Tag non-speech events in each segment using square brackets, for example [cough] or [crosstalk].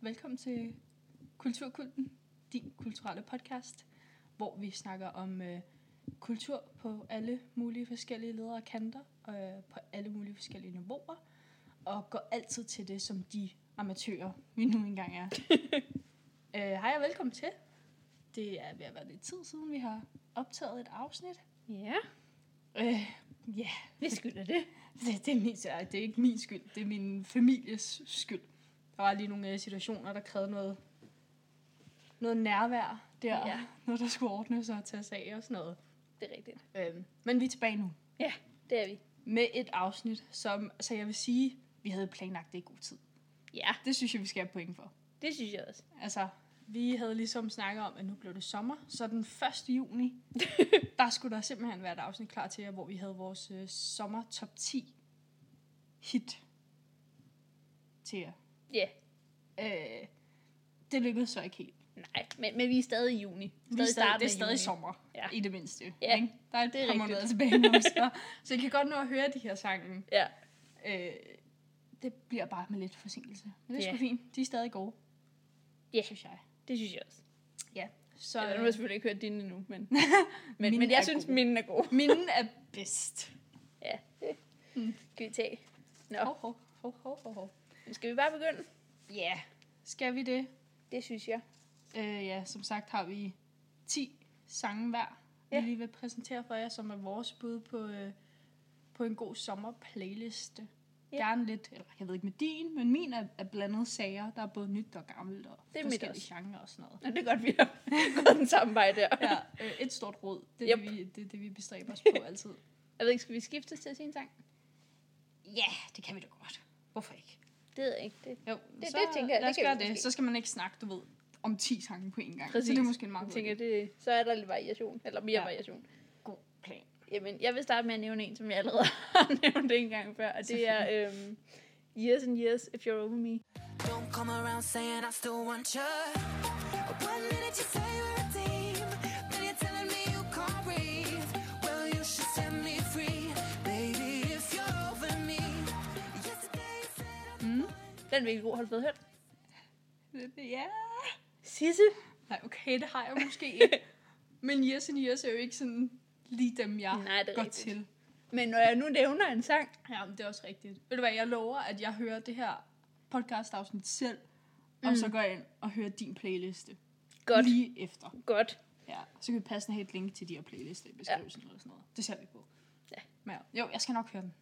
Velkommen til Kulturkulten, din kulturelle podcast, hvor vi snakker om øh, kultur på alle mulige forskellige ledere og kanter, øh, på alle mulige forskellige niveauer, og går altid til det, som de amatører, vi nu engang er. øh, hej og velkommen til. Det er ved at være lidt tid siden, vi har optaget et afsnit. Ja, Øh, ja, vi skylder det. det, det, er min, det er ikke min skyld, det er min families skyld. Der var lige nogle øh, situationer, der krævede noget, noget nærvær der, ja. Ja. når der skulle ordnes og tage sag og sådan noget. Det er rigtigt. Øhm, men vi er tilbage nu Det er vi. med et afsnit, som, så jeg vil sige, vi havde planlagt det i god tid. Ja, Det synes jeg, vi skal have point for. det synes jeg også. Altså, vi havde ligesom snakket om, at nu blev det sommer, så den 1. juni, [laughs] der skulle der simpelthen være et afsnit klar til jer, hvor vi havde vores øh, sommer top 10 hit til jer. Ja, Øh, det lykkedes så ikke helt. nej, men, men vi er stadig i juni. Vi er stadig, starten det er af stadig juni. sommer, ja. Ja. i det mindste. Ja, ikke? Der er et det er par rigtigt. måneder tilbage nu, så, så I kan godt nå at høre de her sange. Ja, Øh, det bliver bare med lidt forsinkelse. Men det er Ja. sgu fint. De er stadig gode, Ja. synes jeg. det synes jeg også. Ja. Så, øh, Så, ja, nu har jeg selvfølgelig ikke hørt din endnu, [laughs] men, men, Mine men jeg er synes, gode. minden er god. Minden er bedst. Ja, det Mm. kan vi tage. Nå, Hov, hov, hov, hov, hov, hov. men skal vi bare begynde? Ja, yeah. skal vi det? Det synes jeg. Øh, ja, som sagt har vi 10 sange hver, Ja. vi lige vil præsentere for jer, som er vores bud på, øh, på en god sommerplayliste. Ja. Gerne lidt, eller jeg ved ikke med din, men min er, er blandet sager, der er både nyt og gammelt og Det er mit forskellige også. genrer og sådan noget. Nå, det er godt, vi har [laughs] gået den samme vej der. Ja, øh, et stort råd. Det er, Yep. det, vi, det er det, vi bestræber os [laughs] på altid. Jeg ved ikke, skal vi skiftes til at sige en sang? Ja, det kan vi da godt. Hvorfor ikke? Det ved jeg ikke. Det. Jo, det tænker lad jeg, det os kan vi gøre det. måske. Så skal man ikke snakke, du ved, om 10 sange på en gang. Så Præcis. det er måske en meget Jeg god tænker, idé. det, så er der lidt variation, eller mere Ja. ja. variation. god plan. Jamen, jeg vil starte med at nævne en, som jeg allerede [laughs] har nævnt en gang før, og det er øhm, Years and Years, If You're Over Me. Don't come around saying I still want you. One minute you say you're a team, then you're telling me you can't breathe. Well, you should set me free, baby, if you're over me. Yesterday you said I'm Den er virkelig god, har du fået hørt? Ja. Sisse? Nej, okay, det har jeg måske ikke. [laughs] Men Yes and Yes er jo ikke sådan lige dem, jeg Ah, Nej, det er går rigtigt. til. Men når jeg nu nævner en sang, Ja, men det er også rigtigt. Ved du hvad, jeg lover, at jeg hører det her podcast afsnit selv, mm. og så går jeg ind og hører din playliste godt, lige efter. godt. Ja, så kan vi passe helt link til de her playlister i beskrivelsen ja. eller sådan noget. Det ser vi på. Ja. Men, ja, jo, jeg skal nok høre den.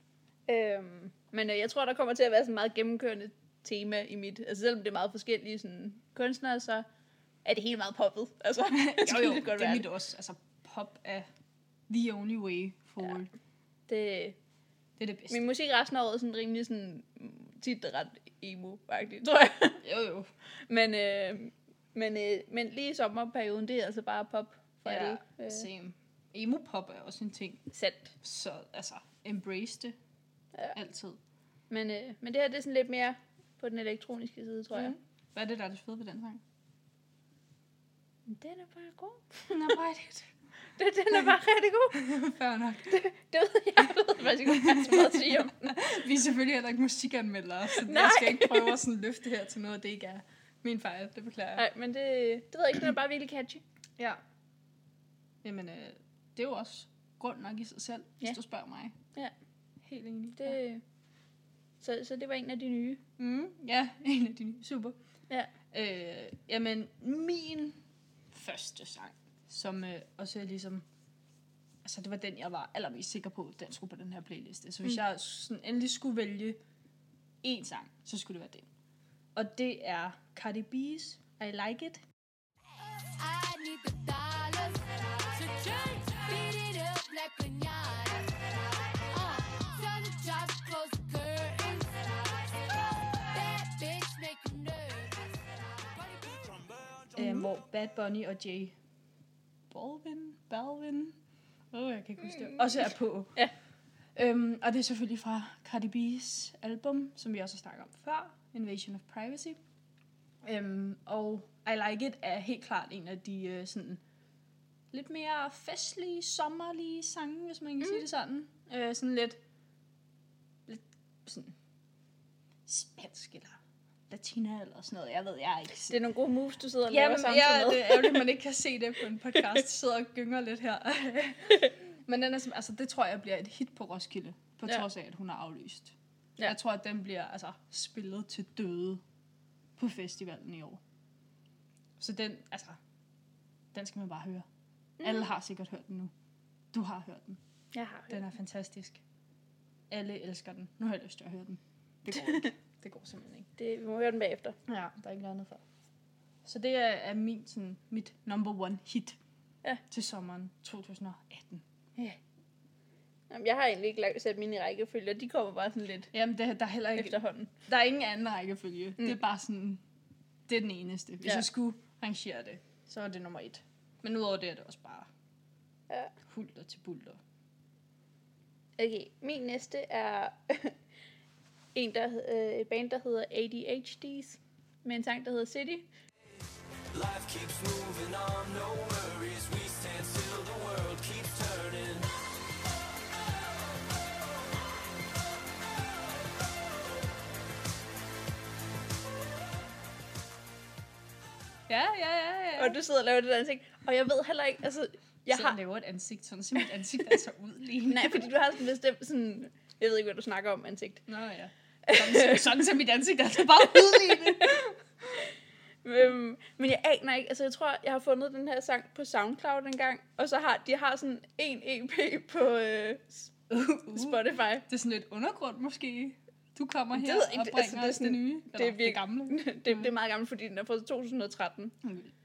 Øhm, men øh, jeg tror, der kommer til at være sådan et meget gennemkørende tema i mit. Altså selvom det er meget forskellige sådan, kunstnere, så er det helt meget poppet. [laughs] Altså, Jo, jo, det, godt [laughs] det er være. mit også. Altså, pop er the only way forward. Ja. det, Det er det bedste. min musik resten af året er sådan rimelig sådan, mm, tit ret emo-agtig, tror jeg. Jo, jo. Men, øh, men, øh, men lige i sommerperioden, det er altså bare pop for ja. Ja, alle. Øh, same. Emo-pop er også en ting. sandt. Så altså, embrace det. Ja. Ja. Altid. Men, øh, men det her det er sådan lidt mere på den elektroniske side, tror jeg. Hvad er det, der er det fede ved den sang? Mm. Den er bare god. Den er bare lidt. [laughs] Den, den er bare rigtig god. [laughs] Fair nok. Det ved jeg, jeg ved faktisk ikke, hvad jeg har så meget at sige [laughs] om den. Vi er selvfølgelig heller ikke musikanmeldere, så Nej. Nej. jeg skal ikke prøve at sådan løfte det her til noget, det ikke er min fejl. Det beklager jeg. Nej, men det, det ved jeg ikke, den er bare virkelig catchy. Ja. Jamen, øh, det er jo også grund nok i sig selv, hvis Ja. du spørger mig. Ja. Helt enig. Det, så, så det var en af de nye. Mm, ja, [laughs] en af de nye. Super. Ja. Øh, jamen, min første sang, som øh, også er ligesom... Altså, det var den, jeg var allermest sikker på, den skulle på den her playliste. Så hvis mm. Mm. jeg sådan endelig skulle vælge én sang, så skulle det være den. Og det er Cardi B's I Like It. I need the dollars to change. Beat it up like pinata. Uh, tell the job to close the curtains. That bitch make 'em nervous. øh, hvor Bad Bunny og Jay Balvin, Balvin, oh, jeg kan ikke huske det, også er på. Ja. Øhm, og det er selvfølgelig fra Cardi B's album, som vi også har snakket om før, Invasion of Privacy. Øhm, og I Like It er helt klart en af de øh, sådan lidt mere festlige, sommerlige sange, hvis man kan mm. sige det sådan. Øh, sådan lidt, lidt sådan spansk eller latina eller sådan noget. Jeg ved, jeg er ikke... Det er nogle gode moves, du sidder og laver Jamen, samtidig ja, med. det er ærgerligt, at [laughs] man ikke kan se det på en podcast. sidder og gynger lidt [laughs] her. Men den er, sim- altså, det tror jeg bliver et hit på Roskilde, på Ja. ja. trods af, at hun er aflyst. Ja. Ja. Jeg tror, at den bliver altså, spillet til døde på festivalen i år. Så den, altså, den skal man bare høre. Mm. Alle har sikkert hørt den nu. Du har hørt den. Jeg har Den er fantastisk. Alle elsker den. Nu har jeg lyst til at høre den. Det [laughs] går ikke. det går simpelthen ikke. det, vi må høre den bagefter. Ja, der er ikke noget andet for. Så det er, er min, sådan, mit number one hit Ja. til sommeren 2018. Jamen, jeg har egentlig ikke lagt, sat mine i rækkefølge, og de kommer bare sådan lidt Jamen, det, der, er heller ikke, efterhånden. der er ingen anden rækkefølge. Mm. Det er bare sådan, det er den eneste. Hvis Ja. ja. jeg skulle rangere det, så er det nummer et. Men udover det er det også bare Ja. hulter til bulter. Okay, min næste er [laughs] en, der, hed- øh, et band, der hedder ADHD's, med en sang, der hedder City. Life keeps moving on, no worries. We stand still, the world keeps turning. Ja, ja, ja, ja. Og du sidder og laver det der ansigt, og jeg ved heller ikke, altså, jeg Sådan har... laver et ansigt, sådan ser mit ansigt altså ud lige nu. Nej, fordi du har sådan en bestemt sådan... Jeg ved ikke, hvad du snakker om, ansigt. Nå ja. Sådan, ser- sådan ser mit ansigt altså bare ud lige [laughs] nu. Øhm, men jeg aner ikke, altså jeg tror, jeg har fundet den her sang på SoundCloud engang, og så har de har sådan en EP på øh, Uh, Spotify. [laughs] Det er sådan lidt undergrund måske. Du kommer her ved jeg og ikke, bringer altså, det er det, sådan- det nye. det Eller er virkelig- det [laughs] gamle. det, det er meget gammelt, fordi den er fra 2013.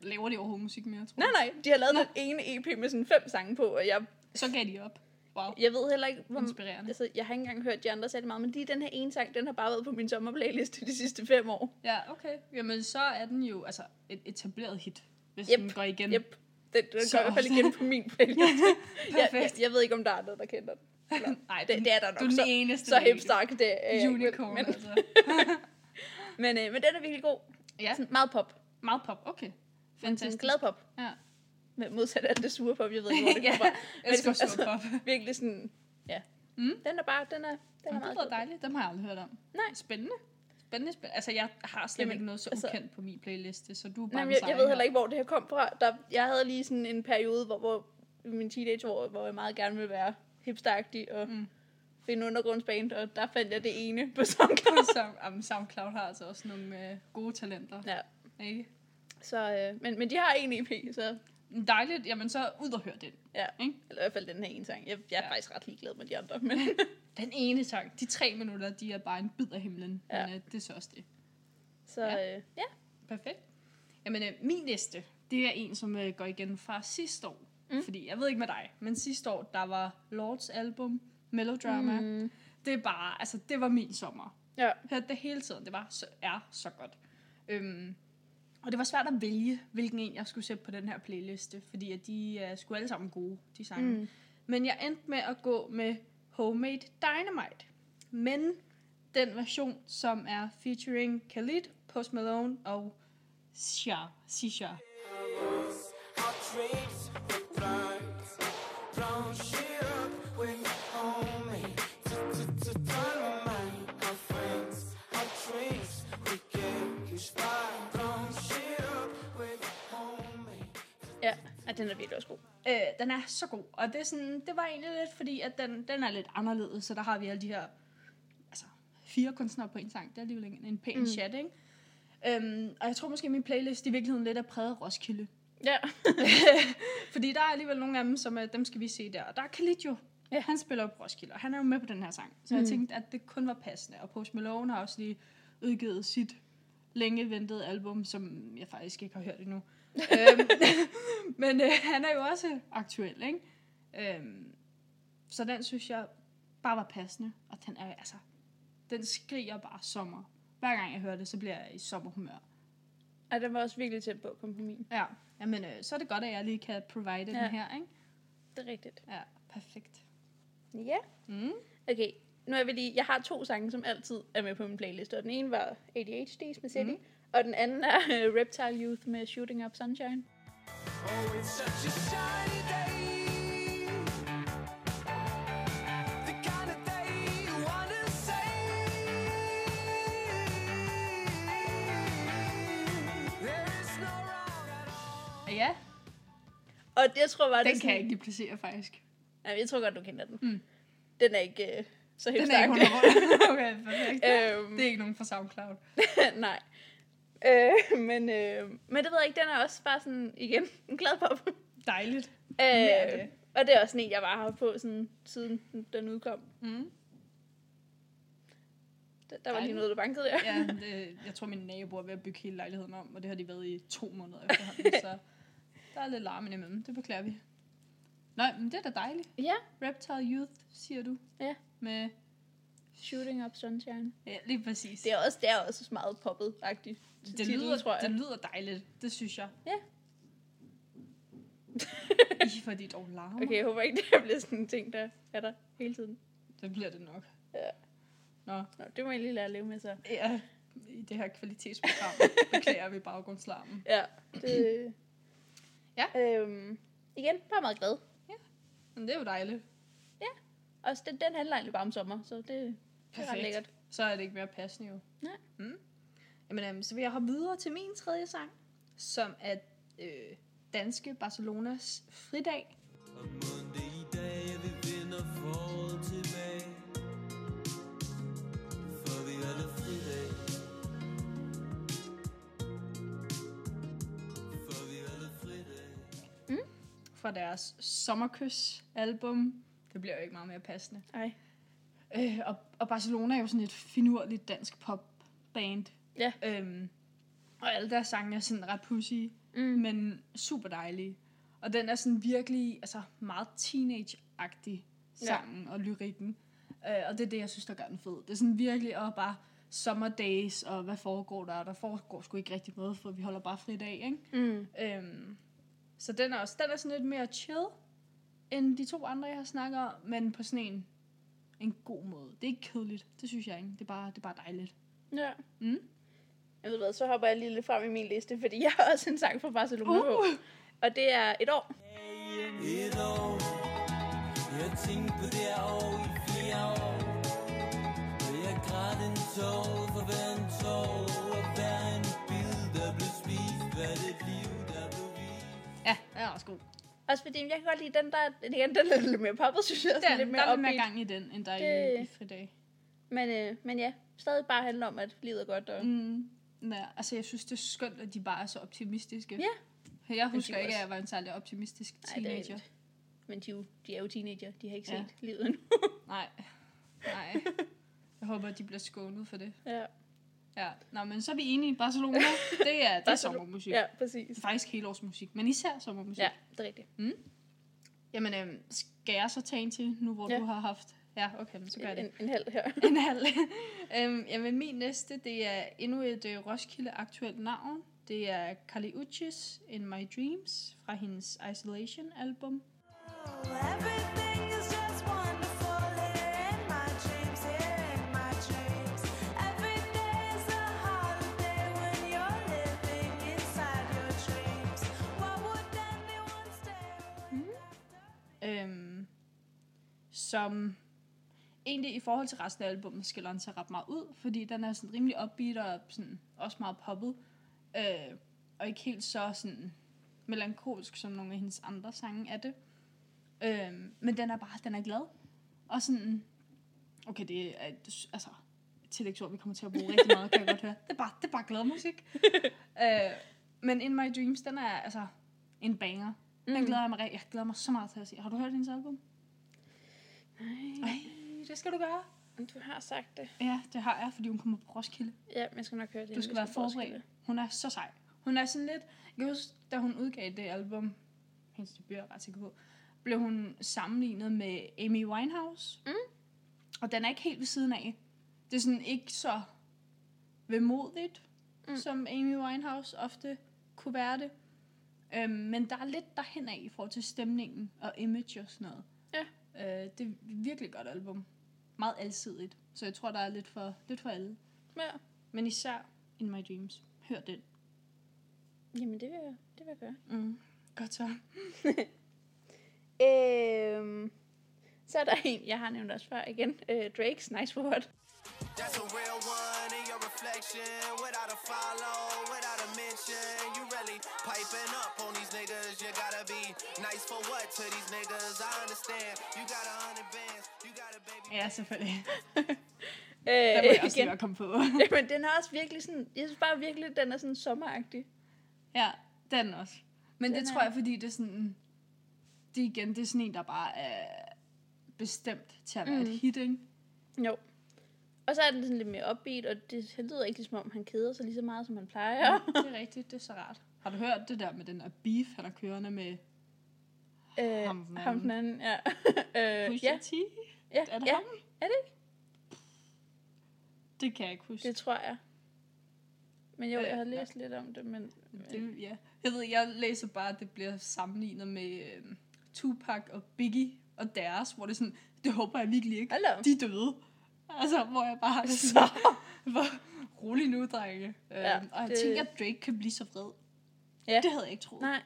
Laver de overhovedet musik mere, tror Nej, jeg. nej, de har lavet den ene EP med sådan fem sange på, og jeg, Så gav de op. Wow. jeg ved heller ikke, hvor... Inspirerende. Altså, jeg har ikke engang hørt de andre særlig meget, men lige den her ene sang, den har bare været på min sommerplayliste de sidste fem år. Ja, okay. Jamen, så er den jo altså, et etableret hit, hvis Yep. den går igen. Yep. Den, den Så går i hvert fald ofte. igen på [laughs] min playlist. jeg, jeg, Perfekt. jeg, ved ikke, om der er noget, der kender den. Eller, [laughs] Nej, det, det, er der nok. Du er den så, eneste. så der ikke- hipstark, det er jeg ikke, Unicorn, men, altså. men, øh, men den er virkelig god. Ja, Sådan meget pop. meget pop. Okay. Sådan Fantastisk. glad pop. Ja. Med modsat alt det sure pop, jeg ved ikke, [laughs] hvor det Ja, kommer fra. Jeg [laughs] elsker Men sådan, altså, pop. Virkelig sådan, ja. Mm. Den er bare, den er, den er Jamen, Det meget lyder god. dejligt. Dem har jeg aldrig hørt om. Nej. Spændende. Spændende, spændende. Altså, jeg har slet Jamen, ikke noget så altså- ukendt på min playliste, så du er bare Nej, men en jeg, jeg sej ved her. [laughs] heller ikke, hvor det her kom fra. Der, jeg havde lige sådan en periode, hvor, hvor i min teenageår, hvor jeg meget gerne ville være hipsteragtig og mm. finde undergrundsband, og der fandt jeg det ene på SoundCloud. Som, jamen, SoundCloud har altså også nogle øh, gode talenter. ja. Ikke? Så, øh, men, men de har en EP, så Men Dejligt. Jamen, så ud og hør den. ja. Ikke? Eller i hvert fald den her ene sang. Jeg, jeg er Ja. faktisk ret ligeglad med de andre, [laughs] men Den ene sang. De tre minutter, de er bare en bid af himlen. Ja. Ja. Men øh, det er så også det. så Ja. øh, ja. Perfekt. Jamen, øh, min næste, det er en, som øh, går igen fra sidste år. Mm. Fordi, jeg ved ikke med dig, men sidste år, der var Lords album, Melodrama. Mm. Det er bare, altså, det var min sommer. Ja. hørte det hele tiden. Det var så, er så godt. Øhm, og det var svært at vælge, hvilken en jeg skulle sætte på den her playliste, fordi at de uh, skulle alle sammen gode, de sange. Mm. Men jeg endte med at gå med Homemade Dynamite. Men den version, som er featuring Khalid, Post Malone og Sha. Sisha. Our dreams were blinds, blown shit up when homemade. Dynamite, our friends. Our dreams we get inspired, blown shit up when homemade. Ja, og den er virkelig også god. Øh, den er så god. Og det, er sådan, det var egentlig lidt, fordi at den, den er lidt anderledes, så der har vi alle de her altså, fire kunstnere på en sang. Det er alligevel en, en pæn mm. chat, ikke? Øhm, og jeg tror måske, at min playlist i virkeligheden lidt er præget af Roskilde. Ja. Fordi der er alligevel nogle af dem, som øh, dem skal vi se der. Og der er Khalid jo. Ja. Han spiller jo på Roskilde, og han er jo med på den her sang. Så mm. jeg tænkte, at det kun var passende. Og Post Malone har også lige udgivet sit længe ventede album, som jeg faktisk ikke har hørt [laughs] endnu. øhm, men øh, han er jo også aktuel, ikke? Øhm, så den synes jeg bare var passende. Og den er altså, den skriger bare sommer. Hver gang jeg hører det, så bliver jeg i sommerhumør. Og den var også virkelig tæt på at komme på min. Ja, Jamen, øh, så er det godt, at jeg lige kan provide Ja. den her, ikke? Det er rigtigt. Ja, perfekt. Ja. Mm. Okay, nu er vi lige... Jeg har to sange, som altid er med på min playlist, og den ene var ADHD's med City, mm. og den anden er øh, Reptile Youth med Shooting Up Sunshine. Oh, it's such a shiny day. The kind of day you wanna say. Og jeg tror bare, det Den er kan sådan, jeg ikke lige placere, faktisk. Nej, jeg tror godt, du kender den. Mm. Den er ikke øh, så helt Den er ikke 100 Okay, perfekt. [laughs] Øhm. [laughs] Det er ikke nogen fra SoundCloud. Nej. Øh, men, øh, men det ved jeg ikke, den er også bare sådan, igen, [laughs] en glad pop. Dejligt. er Øh, det. og det er også sådan en, jeg bare har på, sådan, siden den udkom. Mm. Der, der var lige Dejligt. noget, der bankede der. Ja, det, jeg tror, min nabo er ved at bygge hele lejligheden om, og det har de været i to måneder [laughs] efterhånden, så der er lidt larmen imellem. Det beklager vi. Nej, men det er da dejligt. ja. Reptile Youth, siger du. Ja. Med, [laughs] Shooting Up Sunshine. ja, lige præcis. Det er også, det er også meget poppet-agtigt. det, titlen, lyder, tror jeg. det lyder dejligt, det synes jeg. Ja. I, fordi dog larmer. [laughs] Okay, jeg håber ikke, det bliver sådan en ting, der er der hele tiden. Det bliver det nok. Ja. Nå, Nå, det må jeg lige lære at leve med så. ja, i det her [laughs] kvalitetsprogram beklager vi baggrundslarmen. Ja. Det, [clears throat] Ja. Øhm, igen, bare meget glad. Men det er jo dejligt. Og den, den handler egentlig bare om sommer, så det, det er ret Perfekt. lækkert. så er det ikke mere passende jo. Nej. Mm. Jamen, øhm, så vil jeg hoppe videre til min tredje sang, som er øh, Danske Barcelonas fridag. Og munde i dag er vi vinder foråret tilbage For vi holder fridag For vi holder fridag fra deres Sommerkys-album. Det bliver jo ikke meget mere passende. Ej. Øh, og, og Barcelona er jo sådan et finurligt dansk popband. Ja. Øhm, og alle deres sange er sådan ret pussy, Mm. men super dejlige. Og den er sådan virkelig altså meget teenage-agtig, sangen og lyrikken. Øh, og det er det, jeg synes, der gør den fed. Det er sådan virkelig og bare summer days, og hvad foregår der? Der foregår sgu ikke rigtig noget, for vi holder bare fri dag, ikke? Mm. Øhm, så den er, også, den er sådan lidt mere chill, end de to andre, jeg har snakket om, men på sådan en, en god måde. Det er ikke kedeligt, det synes jeg ikke. Det er bare, det er bare dejligt. Ja. Mm. Jeg ved hvad, så hopper jeg lige lidt frem i min liste, fordi jeg har også en sang fra Barcelona uh. på. Uh. Og det er et år. Et år Jeg tænkte på det her år i flere år Og jeg græd en tår for hver en tår Og hver en bid der blev spist Hvert et liv der blev vist Ja, den er også god. Også fordi jeg kan godt lide den der, den, igen, den er lidt mere poppet, synes jeg. Den, sådan lidt der er lidt upbeat. mere gang i den, end der er i, Det- i fridag. Men, øh, men ja, stadig bare handler om, at livet er godt. Og... Mm. Mm. Ja, altså jeg synes, det er skønt, at de bare er så optimistiske. Ja. Jeg husker var ikke, at også- jeg var en særlig optimistisk Ej, det er teenager. vildt. Men de, er jo- de er jo teenager, de har ikke set Ja. ja. [laughs] livet endnu. Nej. Nej. Jeg håber, at de bliver skånet for det. ja. Ja. Nå, men så er vi enige. [laughs] Barcelona, det er, det er Barcelona. sommermusik. ja, præcis. Det er faktisk helårsmusik, men især sommermusik. Ja, det er rigtigt. Jamen, øhm, skal jeg så tage en til, nu hvor ja. Ja. du har haft... Ja, okay, men så gør jeg En, det. en, en halv her. [laughs] En halv. øhm, jamen, min næste, det er endnu et øh, Roskilde-aktuelt navn. Det er Kali Uchis In My Dreams fra hendes Isolation-album. Everything is just wonderful here in my dreams, here in my dreams. Every day is a holiday when you're living inside your dreams. What would anyone stay? Øhm, som egentlig i forhold til resten af albumet skiller den sig ret meget ud, fordi den er sådan rimelig upbeat og sådan, også meget poppet. Øh, og ikke helt så sådan melankolsk, som nogle af hendes andre sange er det. Øh, men den er bare, den er glad. Og sådan, okay, det er, et- altså, et tillægsord, vi kommer til at bruge rigtig meget, kan jeg godt høre. Det er bare, det er bare glad musik. øh, men In My Dreams, den er altså en banger. Den Mhm. [laughs] glæder Mm. jeg mig, ri- jeg glæder mig så meget til at se. Har du hørt hendes album? Nej, Nej, det skal du gøre. du har sagt det. Ja, det har jeg, fordi hun kommer på Roskilde. Ja, men jeg skal nok høre det. Du skal være forberedt. Hun er så sej. Hun er sådan lidt... Jeg kan huske, da hun udgav det album, hendes debut er jeg ret sikker på, blev hun sammenlignet med Amy Winehouse. Mm. Og den er ikke helt ved siden af. Det er sådan ikke så vemodigt, mm. Mm. som Amy Winehouse ofte kunne være det. Øhm, men der er lidt derhen af i forhold til stemningen og image og sådan noget. Ja. Øh, det er et virkelig godt album. Meget alsidigt. Så jeg tror, der er lidt for, lidt for alle. Ja. Men især In My Dreams. Hør den. Jamen, det vil jeg, det vil jeg gøre. Mm. Godt så. Øhm, Så er der en, jeg har nævnt også før igen. Øh, Drake's Nice for What. That's a real one in your reflection. Without a follow, without a mention. You really piping up on these niggas. You gotta be nice for what to these niggas. I understand. You got a hundred bands. You got a baby. Ja, [laughs] selvfølgelig. Øh, Der må jeg også igen. lige [laughs] være [laughs] kommet på. Men den er også virkelig sådan, jeg synes bare virkelig, den er sådan sommeragtig. ja, den også. Men Den det er- tror jeg, fordi det er sådan... Det er igen, det er sådan en, der bare er bestemt til at være Mm. et hit, [laughs] ikke? Jo. Og så er den sådan lidt mere upbeat, og det han lyder ikke ligesom om, han keder sig lige så meget, som han plejer. Det er rigtigt, det er så rart. Har du hørt det der med den der beef, han er kørende med [laughs] Øh, Ham den ham den anden, ja. [laughs] øh, Pusha ja, T? ja, Er det ja. ham? Er det ikke? Det kan jeg ikke huske. Det tror jeg. Men jo, Øh, jeg har ja. læst lidt om det, men... men Det, ja. Jeg ved, jeg læser bare, at det bliver sammenlignet med øh, Tupac og Biggie og deres, hvor det er sådan, det håber jeg virkelig ikke. Hold da op. De er døde. Altså, hvor jeg bare har det sådan, hvor rolig nu, drenge. Ja, Ja, øhm, og jeg det- det... tænker, at Drake kan blive så vred. Ja. Det havde jeg ikke troet. [laughs] Nej.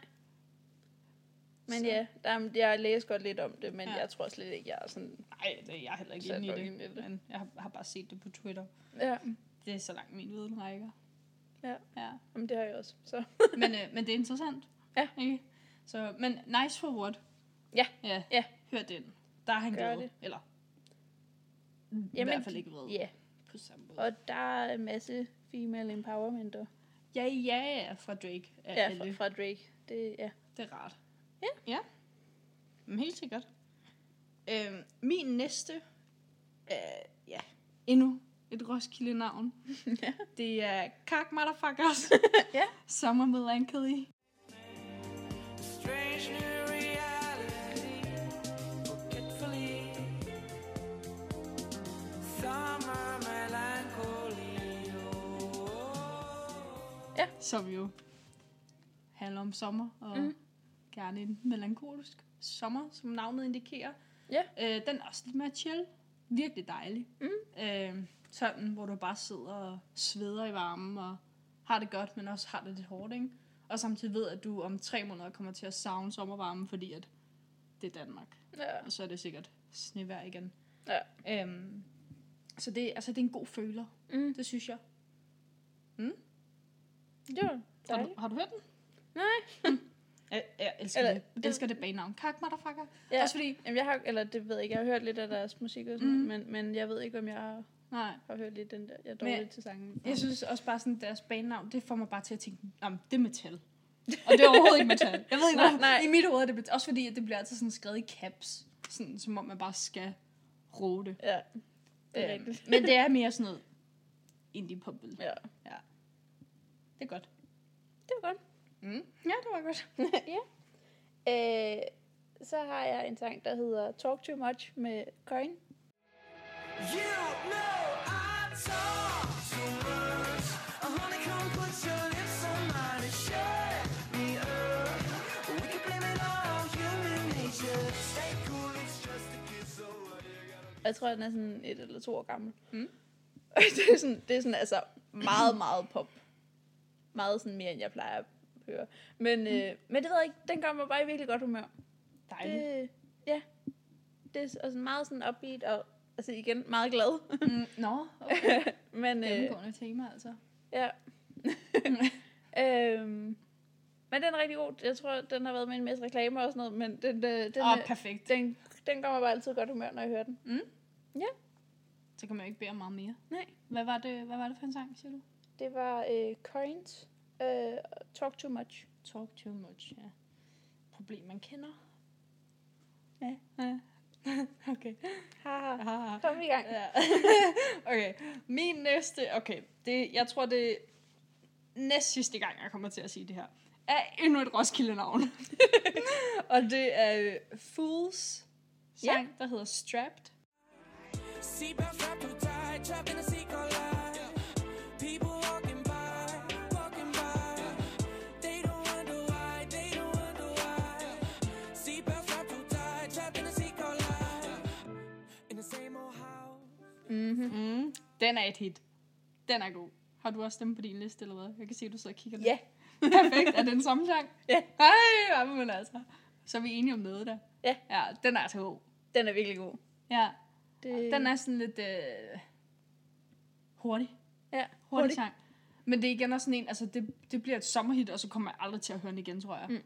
Men Så. ja, der, er- jeg læste godt lidt om det, men Ja. jeg tror slet ikke, jeg er sådan... Nej, det er jeg heller ikke Så er inde i du det. ikke inde i det. Men jeg har, har bare set det på Twitter. Ja, Det er så langt min viden rækker. Ja. ja. men det har jeg også, så... Men, øh, men det er interessant. Ja. Ikke? Så, men nice for what? Ja. Ja. Ja. Hør den. Der er han Gør glad. det. Eller Jamen, i hvert fald ikke ved. Ja, På samme måde. og der er en masse female empowerment og Ja, ja, fra Drake. Er ja, alle. fra, fra Drake. Det, ja. Det er rart. Ja. Ja. Men helt sikkert. Øhm, min næste, øh, ja, endnu et Roskilde-navn. [laughs] Ja. Det er Kak Motherfuckers. [laughs] E. Ja. Summer Melancholy. strange new reality forgetfully summer melancholy oh. som jo handler om sommer, og mm. gerne en melankolisk sommer, som navnet indikerer. Ja. Øh, den er også lidt mere chill. Virkelig dejlig. Mm. Øh, sådan, hvor du bare sidder og sveder i varmen, og har det godt, men også har det lidt hårdt, ikke? Og samtidig ved, at du om tre måneder kommer til at savne sommervarmen, fordi at det er Danmark. ja. Og så er det sikkert snevær igen. Ja. Øhm, så det, altså, det er en god føler. Mm. Det synes jeg. Det var Har du, dejligt. har du hørt den? Nej. Jeg, jeg elsker, Eller- Eller, det. Jeg elsker det bagenavn. Kak, motherfucker. Ja. Ja. Også fordi... Jamen, jeg har, eller det ved jeg ikke, jeg har hørt lidt af deres musik og sådan mm. Mm. noget, men, men jeg ved ikke, om jeg har, Nej. har hørt lidt den der. Jeg er dårlig Men- til sangen. Jeg synes også bare sådan, deres bagenavn, det får mig bare til at tænke, om det er metal. Og det er overhovedet ikke metal. [laughs] Jeg ved ikke, Nej, nej, nej. nej. i mit hoved er det metal. Også fordi, at det bliver altid sådan skrevet i caps. Sådan, som om man bare skal roe det. Ja, det er Øhm, rigtigt. Men det er mere sådan noget indie pop Det Ja, er godt. det var godt. Mm. Ja, det var godt. ja. Øh, så har jeg en sang, der hedder Talk Too Much med Coin. You know I talk too much. A honey, come put your lips on mine and shut me up. We can blame it on human nature. Stay cool, it's just a kiss away. Og jeg tror, den er sådan et eller to år gammel. Mm. Og [laughs] det er sådan, det er sådan altså meget, meget pop. Meget sådan mere, end jeg plejer at høre. Men, mm. øh, men det ved jeg ikke, den gør mig bare i virkelig godt humør. [laughs] Dejligt. Det, ja. Det er s- og sådan meget sådan upbeat og altså igen meget glad. [laughs] Mm. Nå, [laughs] okay. men øh, Gennemgående tema, altså. ja. [laughs] øhm, men den er rigtig god. Jeg tror, den har været med i en masse reklamer og sådan noget, men den, øh, den, Åh, oh, øh, perfekt. den, den gør mig bare altid godt humør, når jeg hører den. Så kan man jo ikke bede om meget mere. Nej. Hvad var det, hvad var det for en sang, siger du? Det var øh, Coins, øh, Talk Too Much. Talk too much, ja. Problem, man kender. Ja. ja. [laughs] okay. Haha. Ah. Kom i gang. Ja. [laughs] okay. Min næste... Okay, det, jeg tror, det er næst sidste gang, jeg kommer til at sige det her, er endnu et Roskilde-navn. [laughs] Og det er øh, Fools sang, ja. der hedder Strapped. Seatbelt strapped too tight, trapped in a seagull lie. People walking by, walking by. They don't wonder why, they don't wonder why. Seatbelt strapped too tight, trapped in a seagull lie. In the same old house. Mm. Den er et hit. Den er god. Har du også dem på din liste, eller hvad? Jeg kan se, at du sidder og kigger Ja. [laughs] Perfekt. Er det den samme sang? Ja. Ej, hvor men altså. Så er vi enige om noget der. Ja. Ja, den er altså god. Den er virkelig god. Ja. Det, Den er sådan lidt øh, hurtig. ja, hurtig sang. Men det er igen også sådan en, altså det, det bliver et sommerhit, og så kommer jeg aldrig til at høre den igen, tror jeg. Mm.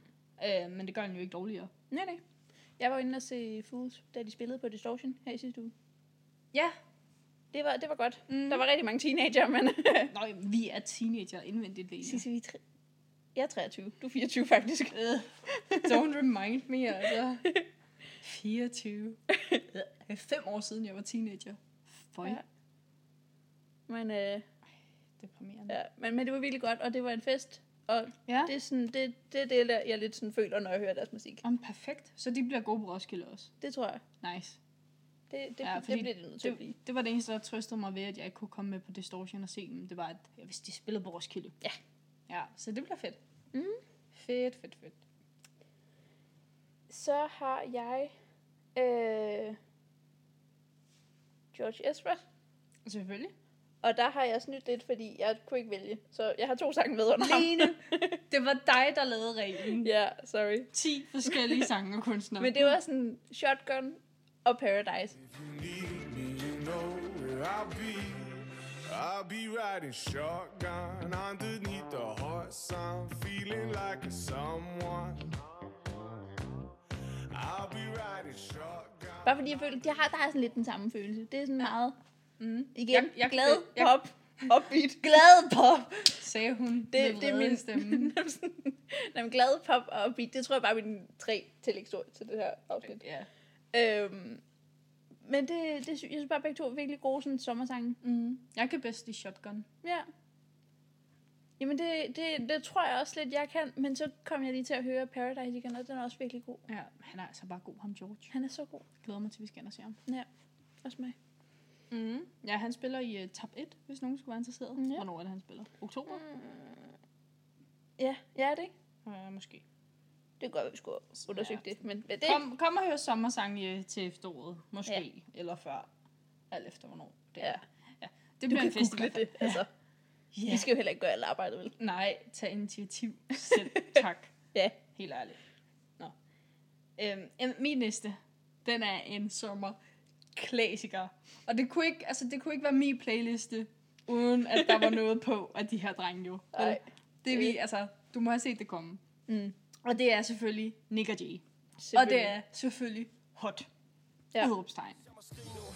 Øh, men det gør den jo ikke dårligere. Nej, nej. Jeg var inde og se Fools, da de spillede på Distortion her i sidste uge. Ja, Det var, det var godt. Mm. Der var rigtig mange teenager, men... [laughs] Nå, jamen, vi er teenager indvendigt, ved jeg. Sisse, vi er tre... Jeg er 23. Du er 24, faktisk. [laughs] Don't remind me, altså. [laughs] 24. Det er Fem år siden, jeg var teenager. Føj. Ja. men, øh, Deprimerende. ja, men, men det var virkelig godt, og det var en fest. Og Ja. det er sådan, det, det, er det der, jeg lidt sådan føler, når jeg hører deres musik. Om perfekt. Så de bliver gode på Roskilde også. Det tror jeg. Nice. Det, det, Ja, ja, fordi det bliver det nødt til at blive. Det var det eneste, der trøstede mig ved, at jeg ikke kunne komme med på Distortion og se dem. Det var, at ja, hvis de spillede på Roskilde. Ja. Ja, så det bliver fedt. Mm. Fedt, fedt, fedt. Så har jeg øh, George Ezra. Selvfølgelig. Og der har jeg snydt lidt, fordi jeg kunne ikke vælge. Så jeg har to sange med under [laughs] ham. Lene, det var dig, der lavede [laughs] reglen. Ja, sorry. 10 forskellige sange og kunstnere. Men det var sådan Shotgun og Paradise. need me, you know where I'll be. I'll be riding shotgun underneath the hot sun, feeling like a someone. I'll be riding shotgun. Bare fordi jeg føler, de har, der er sådan lidt den samme følelse. Det er sådan meget... Mm. Igen, Jeg- jeg, jeg- jeg, glad jeg- pop. Upbeat. [laughs] glad pop. sagde hun. Det, Det, med det er min [laughs] [laughs] stemme. Jamen, glad pop og upbeat. Det tror jeg bare er mine tre tillægsord til det her afsnit. ja. Øhm, men det, det, sy- jeg synes bare, begge to er virkelig gode sådan, sommersange. Mm. Jeg kan bedst lide Shotgun. Ja. Jamen, det, det, det tror jeg også lidt, jeg kan. Men så kom jeg lige til at høre Paradise igen, og den er også virkelig god. Ja, han er altså bare god, ham George. Han er så god. Jeg glæder mig til, vi skal ind og se ham. Ja, også mig. Mm. Ja, han spiller i uh, top 1, hvis nogen skulle være interesseret. Ja. Hvornår er det, han spiller? Oktober? Ja, ja, er det ikke? Mm. Uh, måske. Det gør, vi skulle undersøge det. Men men det, Kom, kom og hør sommersange øh, til efteråret, måske. Ja. Eller før. Alt efter, hvornår det Ja. er. Ja. Det bliver en fest i hvert fald. det. Altså, Ja. Vi skal jo heller ikke gøre alt arbejdet, vel? Nej, tag initiativ [laughs] selv. tak. Ja. Helt ærligt. Nå. Øhm, jamen, min næste, den er en sommer klassiker. Og det kunne, ikke, altså, det kunne ikke være min playliste, uden at [laughs] der var noget på af de her drenge jo. Vel? Nej. Det er vi, altså, du må have set det komme. Øh. Mm. Og det er selvfølgelig Nick og Jay. Og Selvfølgelig. det er selvfølgelig hot. Ja. Ja. Udrupstegn.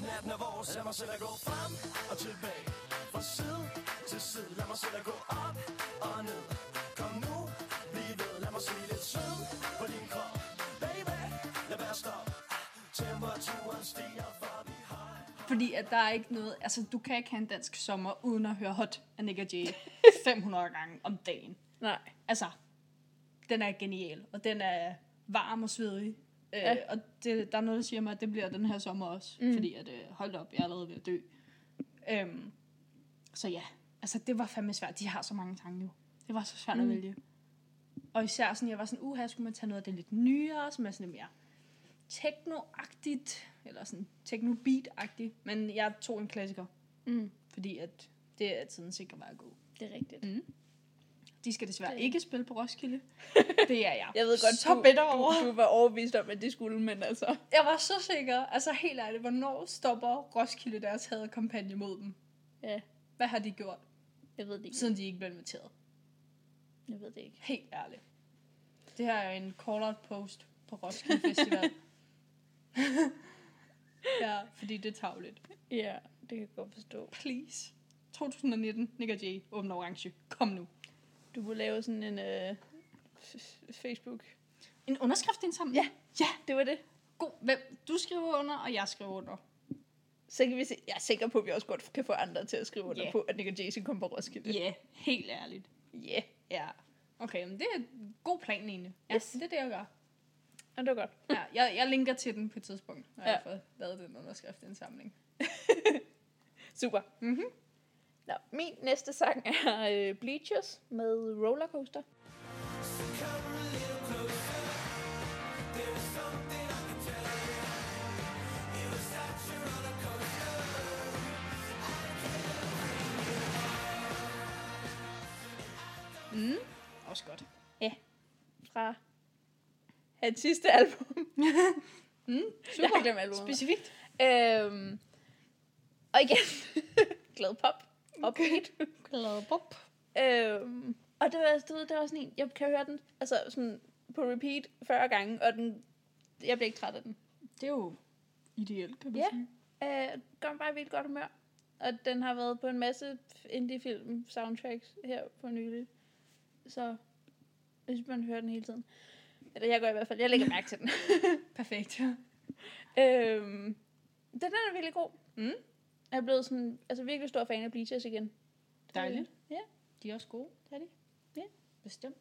Natten er vores, lad mig selv at gå frem og tilbage Fra side til side, lad mig selv at gå op og ned Kom nu, bliv ved, lad mig se lidt sved på din krop Baby, lad være stop Temperaturen stiger for vi har Fordi at der er ikke noget, altså du kan ikke have en dansk sommer, uden at høre hot af Nick og Jay 500 gange om dagen. Nej. altså, den er genial, og den er varm og svedig. Øh, ja. Og det, der er noget, der siger mig, at det bliver den her sommer også, mm. fordi at, øh, hold da op, jeg er allerede ved at dø. Øhm, så ja, altså det var fandme svært. De har så mange sange jo. Det var så svært mm. at vælge. Og især sådan, jeg var sådan, uha, skulle man tage noget af det lidt nyere, som er sådan lidt mere teknoagtigt, eller sådan teknobeat-agtigt. Men jeg tog en klassiker, Mm. fordi at det er altid en sikker vej at gå. Det er rigtigt. De skal desværre Det- ikke spille på Roskilde. Det er jeg. Jeg ved godt, så du, bitter over. Du, du var overbevist om, at det skulle, men altså... Jeg var så sikker. Altså helt ærligt, hvornår stopper Roskilde deres hadekampagne mod dem? Ja, Hvad har de gjort, jeg ved det ikke. siden de ikke blev inviteret? Jeg ved det ikke. Helt ærligt. Det her er en call-out post på Roskilde [laughs] Festival. ja, fordi det er tavligt. Ja, det kan jeg godt forstå. Please. 2019, Nick og Jay, åbner orange. Kom nu. Du kunne lave sådan en øh, f- Facebook... En underskriftindsamling? Ja. Ja, Det var det. god. Hvem? Du skriver under, og jeg skriver under. Så kan vi se. Jeg er sikker på, at vi også godt kan få andre til at skrive under Ja. yeah. på, at Nick og Jason kommer på Roskilde. Ja, yeah, helt ærligt. Yeah. Ja. Okay, men det er en god plan egentlig. Ja, yes. Yes. det er det, jeg gør. Og det var godt. Ja, jeg, jeg linker til den på et tidspunkt, når ja. Ja. jeg får lavet den underskriftindsamling. Super. Mm-hmm. Nå, min næste sang er øh, Bleachers med Rollercoaster. Også godt. [laughs] fra hans sidste album. Mm, Super. Jeg har glemt albumet. Specifikt. Øhm, og igen, [laughs] glad pop. Upbeat. Glad pop. øhm, og det var, du ved, det var sådan en, jeg kan høre den altså sådan på repeat 40 gange, og den, jeg bliver ikke træt af den. Det er jo ideelt, kan man Ja. sige. Øh, gør mig bare i vildt godt humør. Og den har været på en masse indie-film soundtracks her for nylig. Så hvis man hører den hele tiden. Eller jeg gør i hvert fald. Jeg lægger [laughs] mærke til den. Perfekt. øhm, den er virkelig god. Mm. Jeg er blevet sådan, altså virkelig stor fan af Bleachers igen. Dejligt. Ja. De er også gode. Det er de. Ja. Bestemt.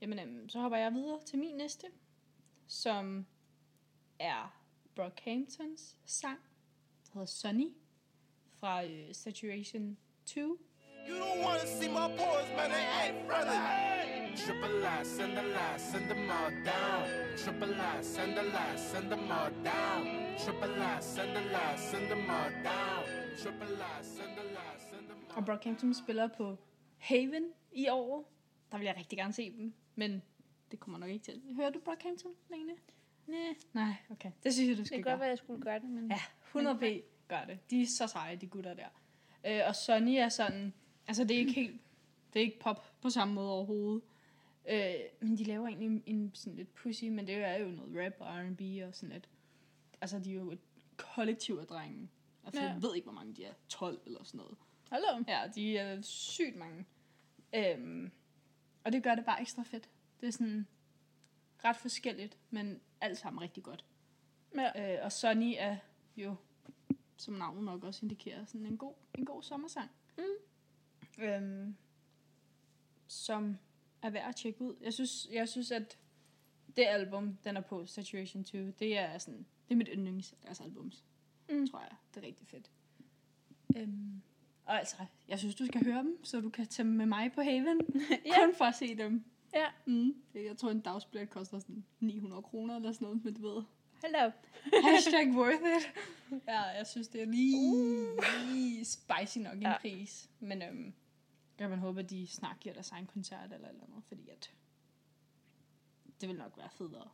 Jamen, øhm, så hopper jeg videre til min næste, som er Brockhamptons sang, der hedder Sunny, fra øh, Saturation 2. You don't wanna see my boys, man, they ain't friendly. Triple I, send the lie, send them all down. Triple I, send the lie, send them all down. Triple I, send the lie, send them all down. Triple I, send the lie, send them all Og Brockhampton spiller på Haven i år. Der vil jeg rigtig gerne se dem, men det kommer nok ikke til. Hører du Brockhampton, Lene? Nej. Nej, okay. Det synes jeg, du Det skal kan gøre. godt være, jeg skulle gøre det, men... Ja, 100 p gør det. De er så seje, de gutter der. Øh, og Sonny er sådan, altså det er ikke helt, det er ikke pop på samme måde overhovedet. Øh, men de laver egentlig en, en sådan lidt pussy, men det er jo noget rap og R&B og sådan lidt. Altså de er jo et kollektiv af drenge. Altså ja. Ja. jeg ved ikke, hvor mange de er. 12 eller sådan noget. Hold om. Ja, de er sygt mange. Øhm, og det gør det bare ekstra fedt. Det er sådan ret forskelligt, men alt sammen rigtig godt. Ja. Øh, og Sonny er jo, som navnet nok også indikerer, sådan en god, en god sommersang. Mm. Øhm, som er værd at tjekke ud. Jeg synes, jeg synes at det album, den er på, Saturation 2, det er sådan, det er mit yndlings af deres albums. Mm. Mm. Tror jeg. Det er rigtig fedt. Øhm, og altså, jeg synes, du skal høre dem, så du kan tage med mig på Haven. [laughs] Ja. Kun for at se dem. Ja. Mm. Det- Jeg tror, en dagsbillet koster sådan 900 kroner eller sådan noget, men du ved, Hold op. Hashtag worth it. Ja, jeg synes, det er lige, lige spicy nok en Ja. ja. pris. Men øhm, kan man håbe, at de snart giver deres egen koncert eller et eller andet, fordi at det vil nok være federe.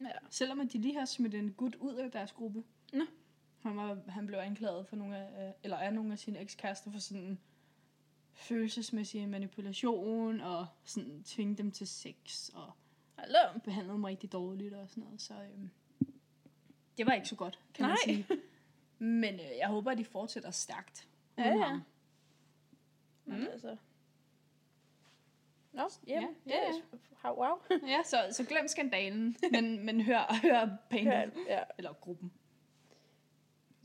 Ja. Selvom at de lige har smidt en gut ud af deres gruppe. Nå. Han, var, han blev anklaget for nogle af, øh, eller af nogle af sine ekskærester for sådan følelsesmæssig manipulation og sådan tvinge dem til sex og Hold om. behandlede dem rigtig dårligt og sådan noget, så øhm, det var ikke så godt, kan man Nej. sige. Men øh, jeg håber, at de fortsætter stærkt. Ja, uden ja. ham. Men altså... Mm. Nå, Ja, jamen, ja, det er... Wow. ja så, så glem skandalen, men, men hør, hør bandet, ja. eller gruppen.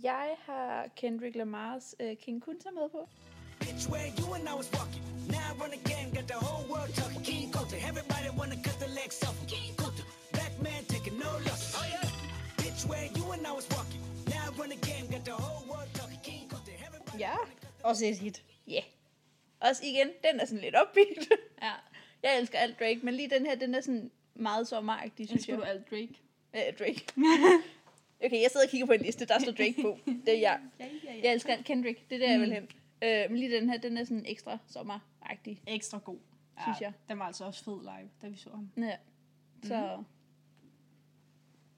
Jeg har Kendrick Lamar's uh, King Kunta med på. Bitch, where you and I was walking. Now I run again, got the whole world talking. King Kunta, everybody wanna cut the legs off. him. King Kunta, black man taking no losses. Oh yeah. Bitch, where you and I was walking. Now I run again, got the whole world talking. King Kunta, everybody. Ja. Også et hit. Ja. Yeah. Også igen, den er sådan lidt upbeat. [laughs] Ja, jeg elsker alt Drake, men lige den her, den er sådan meget sommeragtig, synes elsker jeg. du alt Drake? Øh, Drake. [laughs] okay, jeg sidder og kigger på en liste, der står Drake [laughs] på. Det er jeg. Ja, ja, Jeg elsker alt Kendrick, det er der, jeg vil hen. Øh, men lige den her, den er sådan ekstra sommeragtig, Ekstra god, synes jeg. Den var altså også fed live, da vi så ham. Ja. Så,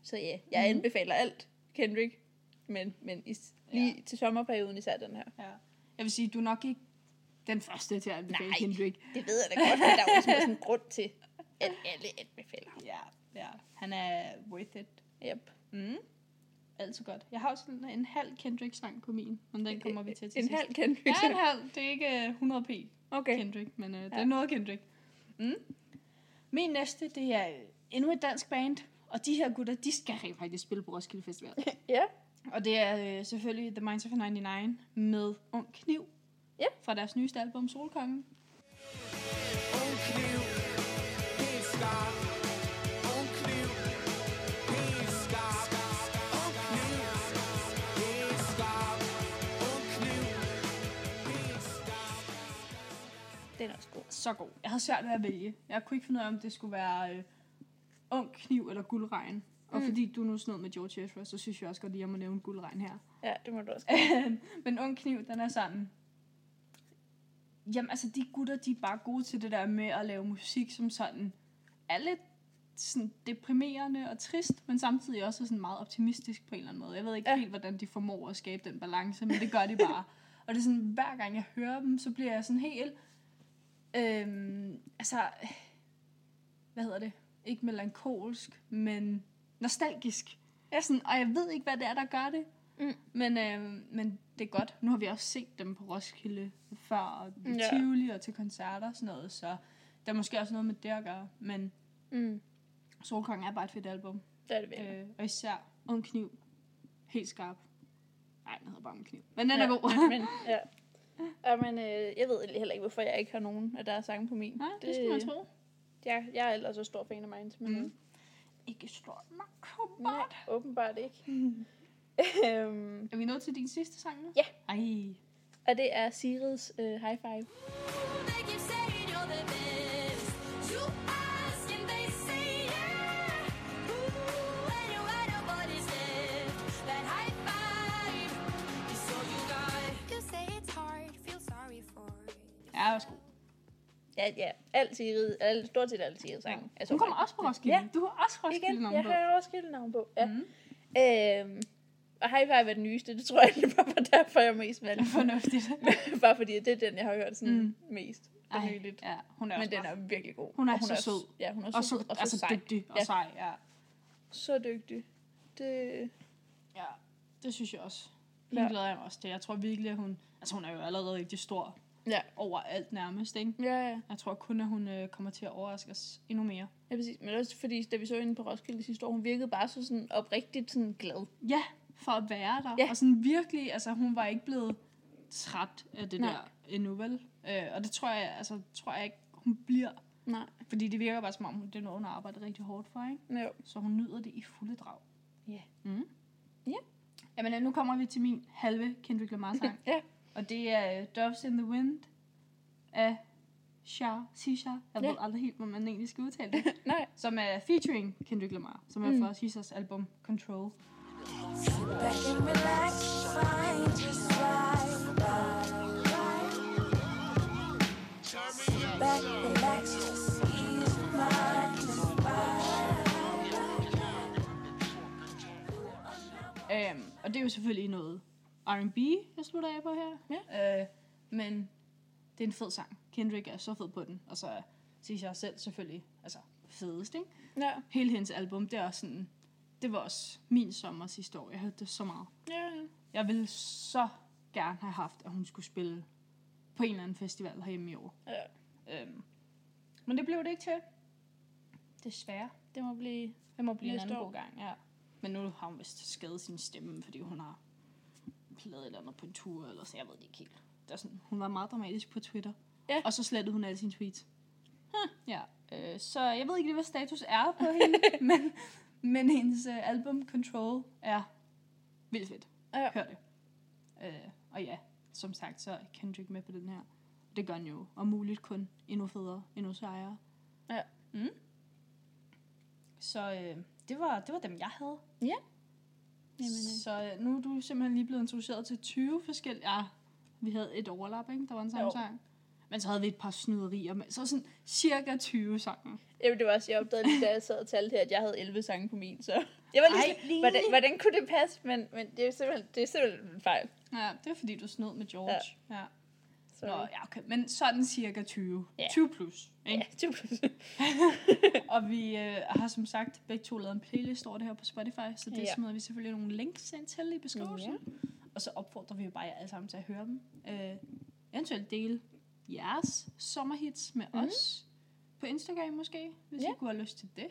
så ja, jeg anbefaler alt Kendrick, men, men is, lige ja. til sommerperioden især den her. Ja. Jeg vil sige, du er nok ikke den første til at anbefale Nej. Kendrick. Det ved jeg da godt, men der er også [laughs] sådan en grund til, at alle anbefaler ham. Ja, ja. Han er worth it. Yep. Mm. Altid godt. Jeg har også en, en halv Kendrick-sang på min, men den kommer vi til til En sidst. halv Kendrick. Ja, en halv. Det er ikke øh, 100p Okay. Kendrick, men øh, det Ja. er noget Kendrick. Mm. Min næste, det er øh, endnu et dansk band, og de her gutter, de skal rent faktisk spille på Roskilde Festival. [laughs] Ja. og det er øh, selvfølgelig The Minds of 99 med Ung Kniv Ja. fra deres nyeste album Solkongen. Den er også god. Så god. Jeg havde svært ved at vælge. Jeg kunne ikke finde ud af, om det skulle være øh, Ung Kniv eller Guldregn. Og fordi du nu snød med George Ezra, så synes jeg også godt, at jeg må nævne Guldregn her. Ja, det må du også. Men Ung Kniv, den er sådan... Jamen, altså, de gutter, de er bare gode til det der med at lave musik, som sådan er lidt sådan deprimerende og trist, men samtidig også er sådan meget optimistisk på en eller anden måde. Jeg ved ikke ja. helt, hvordan de formår at skabe den balance, men det gør de bare. og det er sådan, hver gang jeg hører dem, så bliver jeg sådan helt... Øhm, altså, hvad hedder det? Ikke melankolsk, men nostalgisk. Ja. Sådan, og jeg ved ikke, hvad det er, der gør det. Mm. Men, øh, men det er godt. Nu har vi også set dem på Roskilde før, og i Ja. Tivoli og til koncerter og sådan noget, så der er måske også noget med det at gøre. Men Mm. Solkongen er bare et fedt album. Det er det virkelig. Øh, og især Ung Kniv. Helt skarp. Nej, den hedder bare Ung Kniv. Men den ja, er god. [laughs] men, ja. Ja, men øh, jeg ved egentlig heller ikke, hvorfor jeg ikke har nogen af deres sange på min. Nej, det skulle man tro. Jeg, jeg er ellers også stor fan af Minds, men mm. Ikke stort nok. nej, åbenbart [laughs] ikke. Mm. øhm, Er vi nået til din sidste sang nu? Ja. Ej. og det er Sirids øh, High Five. They keep saying you're the best. You ask and they say yeah. Ooh, and you had a body's lift. That high five is all you got. You say it's hard, feel sorry for it. Ja, værsgo. Ja, ja. Alt Sirid, al, stort set alt Sirids sang. Altså, Hun kommer også på Roskilde. Ja. Du har også Roskilde Igen, navn jeg på. har Roskilde navn på. Ja. Mm. Øhm, og High Five er den nyeste, det tror jeg egentlig bare var derfor, jeg mest valgte. Fornuftigt. bare fordi at [laughs] det er den, jeg har hørt sådan mm. mest. for Ej, nyligt. ja, hun er Men også den bare- er virkelig god. Hun er Og så sød. Ja, hun er og sød. så, og så altså, sej. dygtig og ja. sej. Ja. Så dygtig. Det... ja, det synes jeg også. Hun Ja. ja. glæder jeg mig også til. Jeg tror virkelig, at hun... Altså, hun er jo allerede rigtig stor Ja. overalt nærmest, ikke? Ja, ja. Jeg tror kun, at hun øh, kommer til at overraske os endnu mere. Ja, præcis. Men også fordi, da vi så hende på Roskilde sidste år, hun virkede bare så sådan oprigtigt sådan glad. Ja, for at være der. Ja. Ja. Og sådan virkelig, altså hun var ikke blevet træt af det Nej. Nej. der endnu, vel? Øh, og det tror jeg, altså, tror jeg ikke, hun bliver. Nej. Fordi det virker bare som om, hun- det er noget, hun har arbejdet rigtig hårdt for, ikke? Jo. Så hun nyder det i fulde drag. Ja. Mm. Ja. Jamen, øh, nu kommer vi til min halve Kendrick [laughs] Lamar-sang. Ja. og det er øh, Doves in the Wind af Shah, Sisha. Jeg Ja. ved aldrig helt, hvor man egentlig skal udtale det. [laughs] Nej. som er featuring Kendrick Lamar, som er fra Sishas album Control. Back and relax, find just right. Sit back, relax, just ease your mind. Just Øhm, og det er jo selvfølgelig noget R&B, jeg slutter af på her. Ja. Øh, men det er en fed sang. Kendrick er så fed på den. Og så er Sisha selv selvfølgelig altså, fedest, ikke? Ja. Hele hendes album, det er også sådan... Det var også min sommer sidste år. Jeg hørte det så meget. Ja. ja. Jeg ville så gerne have haft, at hun skulle spille på en eller anden festival herhjemme i år. Ja. Øhm, men det blev det ikke til. Desværre. Det må blive... Det må blive Næste Næste en anden år. år. god gang, ja. Men nu har hun vist skadet sin stemme, fordi hun har pladet et eller andet på en tur, eller så jeg ved det ikke helt. Det er sådan, hun var meget dramatisk på Twitter. Ja. Og så slettede hun alle sine tweets. Huh, ja. Øh, så jeg ved ikke lige, hvad status er på [laughs] hende, men, men hendes øh, album Control er vildt fedt. Ja. Hør det. Øh, og ja, som sagt, så er Kendrick med på den her. Det gør han jo om muligt kun endnu federe, endnu sejere. Ja. Mm. Så øh, det, var, det var dem, jeg havde. Ja. Jamen, øh. Så øh, nu er du simpelthen lige blevet introduceret til 20 forskellige... Ja, vi havde et overlap, ikke? Der var en samme Jo. sang. Men så havde vi et par snyderier med. Så sådan cirka 20 sange. Jamen, det var også, jeg opdagede lige, da jeg sad og talte her, at jeg havde 11 sange på min, så... Jeg var lige, Ej, sådan, hvordan, hvordan kunne det passe? Men, men det, er simpelthen, det er simpelthen en fejl. Ja, det er fordi, du snød med George. Ja. ja. Så, Nå, ja, okay. Men sådan cirka 20. Ja. 20 plus. Ikke? ja, det var- Og vi øh, har som sagt begge to lavet en playlist over det her på Spotify, så det Ja. ja. smider vi selvfølgelig nogle links ind til i beskrivelsen. Ja. Ja. Og så opfordrer vi jo bare jer alle sammen til at høre dem. Øh, eventuelt dele jeres sommerhits med mm. os på Instagram måske, hvis Ja. I kunne have lyst til det.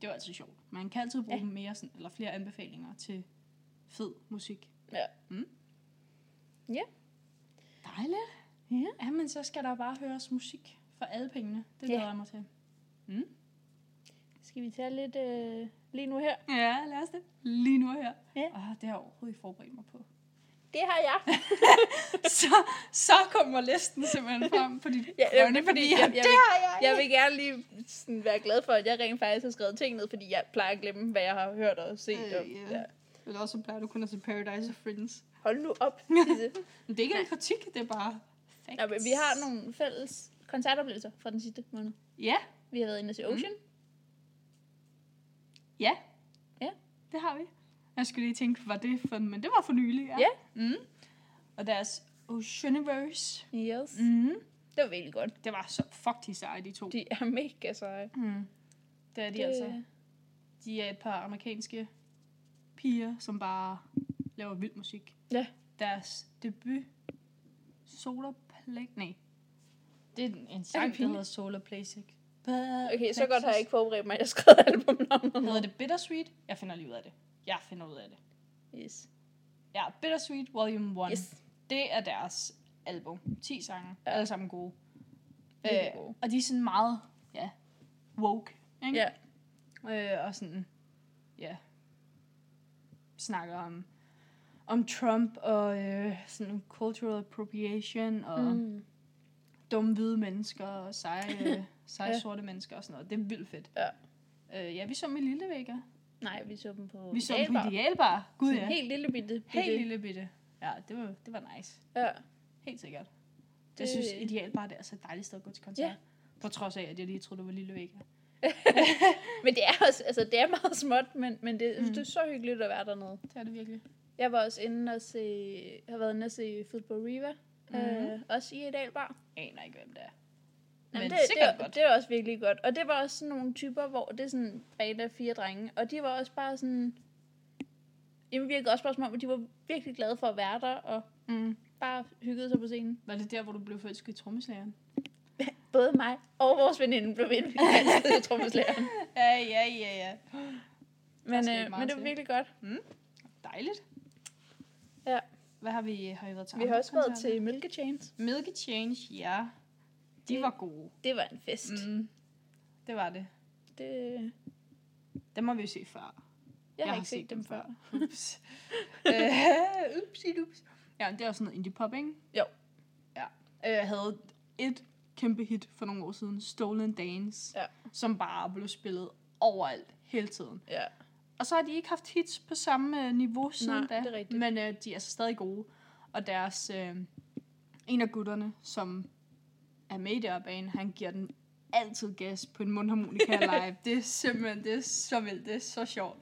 Det var altid sjovt. Man kan altid bruge ja. mere sådan, eller flere anbefalinger til fed musik. ja. Mm. Ja. Dejligt. Ja. Ja, men så skal der bare høres musik for alle pengene. Det Ja. glæder jeg mig til. Skal vi tage lidt øh, lige nu her? Ja, lad os det. Lige nu og her. Ja. Ah, det har jeg overhovedet ikke forberedt mig på. [laughs] Det har jeg. så, så kommer listen simpelthen frem på dit [laughs] [laughs] Ja, ja, jamen, det grønne er fordi, papir. jeg, jeg, det har jeg, jeg vil gerne lige sådan være glad for, at jeg rent faktisk har skrevet ting ned, fordi jeg plejer at glemme, hvad jeg har hørt og set. Og, Øh, ja. ja. Eller også plejer du kun at se Paradise of Friends. Hold nu op, [laughs] Sisse. Men det er ikke en kritik, det er bare facts. Nå, men vi har nogle fælles koncertoplevelser fra den sidste måned. Ja, Vi har været inde og se Ocean. Ja. Ja. Det har vi. Jeg skulle lige tænke, var det for, men det var for nylig, Ja. Mm. Og deres Oceaniverse. Yes. Mm. Mm. Det var virkelig godt. Det var så fuck de seje, de to. De er mega seje. Mm. Det er de det... altså. De er et par amerikanske piger, som bare laver vild musik. Ja. Deres debut, Solarplex... Nej. Det er en- en sang, der pinligt? hedder Solarplexic. Okay, så godt har jeg ikke forberedt mig, at jeg skrev albumnavnet. Hedder det Bittersweet? Jeg finder lige ud af det. Jeg finder ud af det. Yes. Ja, Bittersweet Volume 1. Yes. Det er deres album. 10 sange. Ja. Ja. Alle sammen gode. Øh, Virkelig gode. Og de er sådan meget, ja, woke. Ikke? Ja. Øh, og sådan, ja, snakker om, om Trump og øh, sådan cultural appropriation og mm. Mm. dumme hvide mennesker og [laughs] seje, øh, seje Ja. ja. sorte mennesker og sådan noget. Det er vildt fedt. Ja. Øh, ja, vi så med Lille Vækker. Nej, vi så dem på Vi så dem på Idealbar. Idealbar. Gud Sådan ja. en Helt lille bitte. bitte. Helt lille bitte. Ja, det var, det var nice. Ja. Helt sikkert. Det... Det- Jeg synes ideelt bare, det er så dejligt sted at gå til koncert. Ja. Ja. På trods af, at jeg lige troede, det var Lille Vega. Men det er også, altså det er meget småt, men, men det, mm. det er så hyggeligt at være dernede. Det er det virkelig. Jeg var også inde og se, jeg har været inde og se Football Riva, mm. øh, også i et albar. Jeg aner ikke, hvem det er. Men Jamen, Jamen, det, sikkert det, det, var- godt. det er også virkelig godt. Og det var også sådan nogle typer, hvor det er sådan bredde fire drenge, og de var også bare sådan, jamen virkede også bare som om, at de var virkelig glade for at være der, og Mm. bare hyggede sig på scenen. Var det der, hvor du blev forelsket i trommeslageren? Både mig og vores veninde blev indvildt i [laughs] trommeslæren. Ja, ja, ja, ja. Men, skal ikke øh, men meget det var til. virkelig godt. Dejligt. Ja. Hvad har vi, har I været til Vi har andre også været koncerter? til Milk Chains. Milky Change, ja. De Det- var gode. Det var en fest. Mm. Mm. Det var det. Det, Dem har vi jo set før. jeg, jeg har ikke set dem før. [laughs] Ups. øh, ups, ups. Ja, det er også noget indie pop, ikke? Jo. Ja. Øh, Jeg havde et kæmpe hit for nogle år siden, Stolen Dance, Ja. som bare blev spillet overalt hele tiden. Ja. Og så har de ikke haft hits på samme øh, niveau siden Nej, da, det er rigtigt. men øh, de er altså stadig gode. Og deres, øh, en af gutterne, som er med i deroppe, han giver den altid gas på en [laughs] mundharmonika live. Det er simpelthen, det er så vildt, det er så sjovt.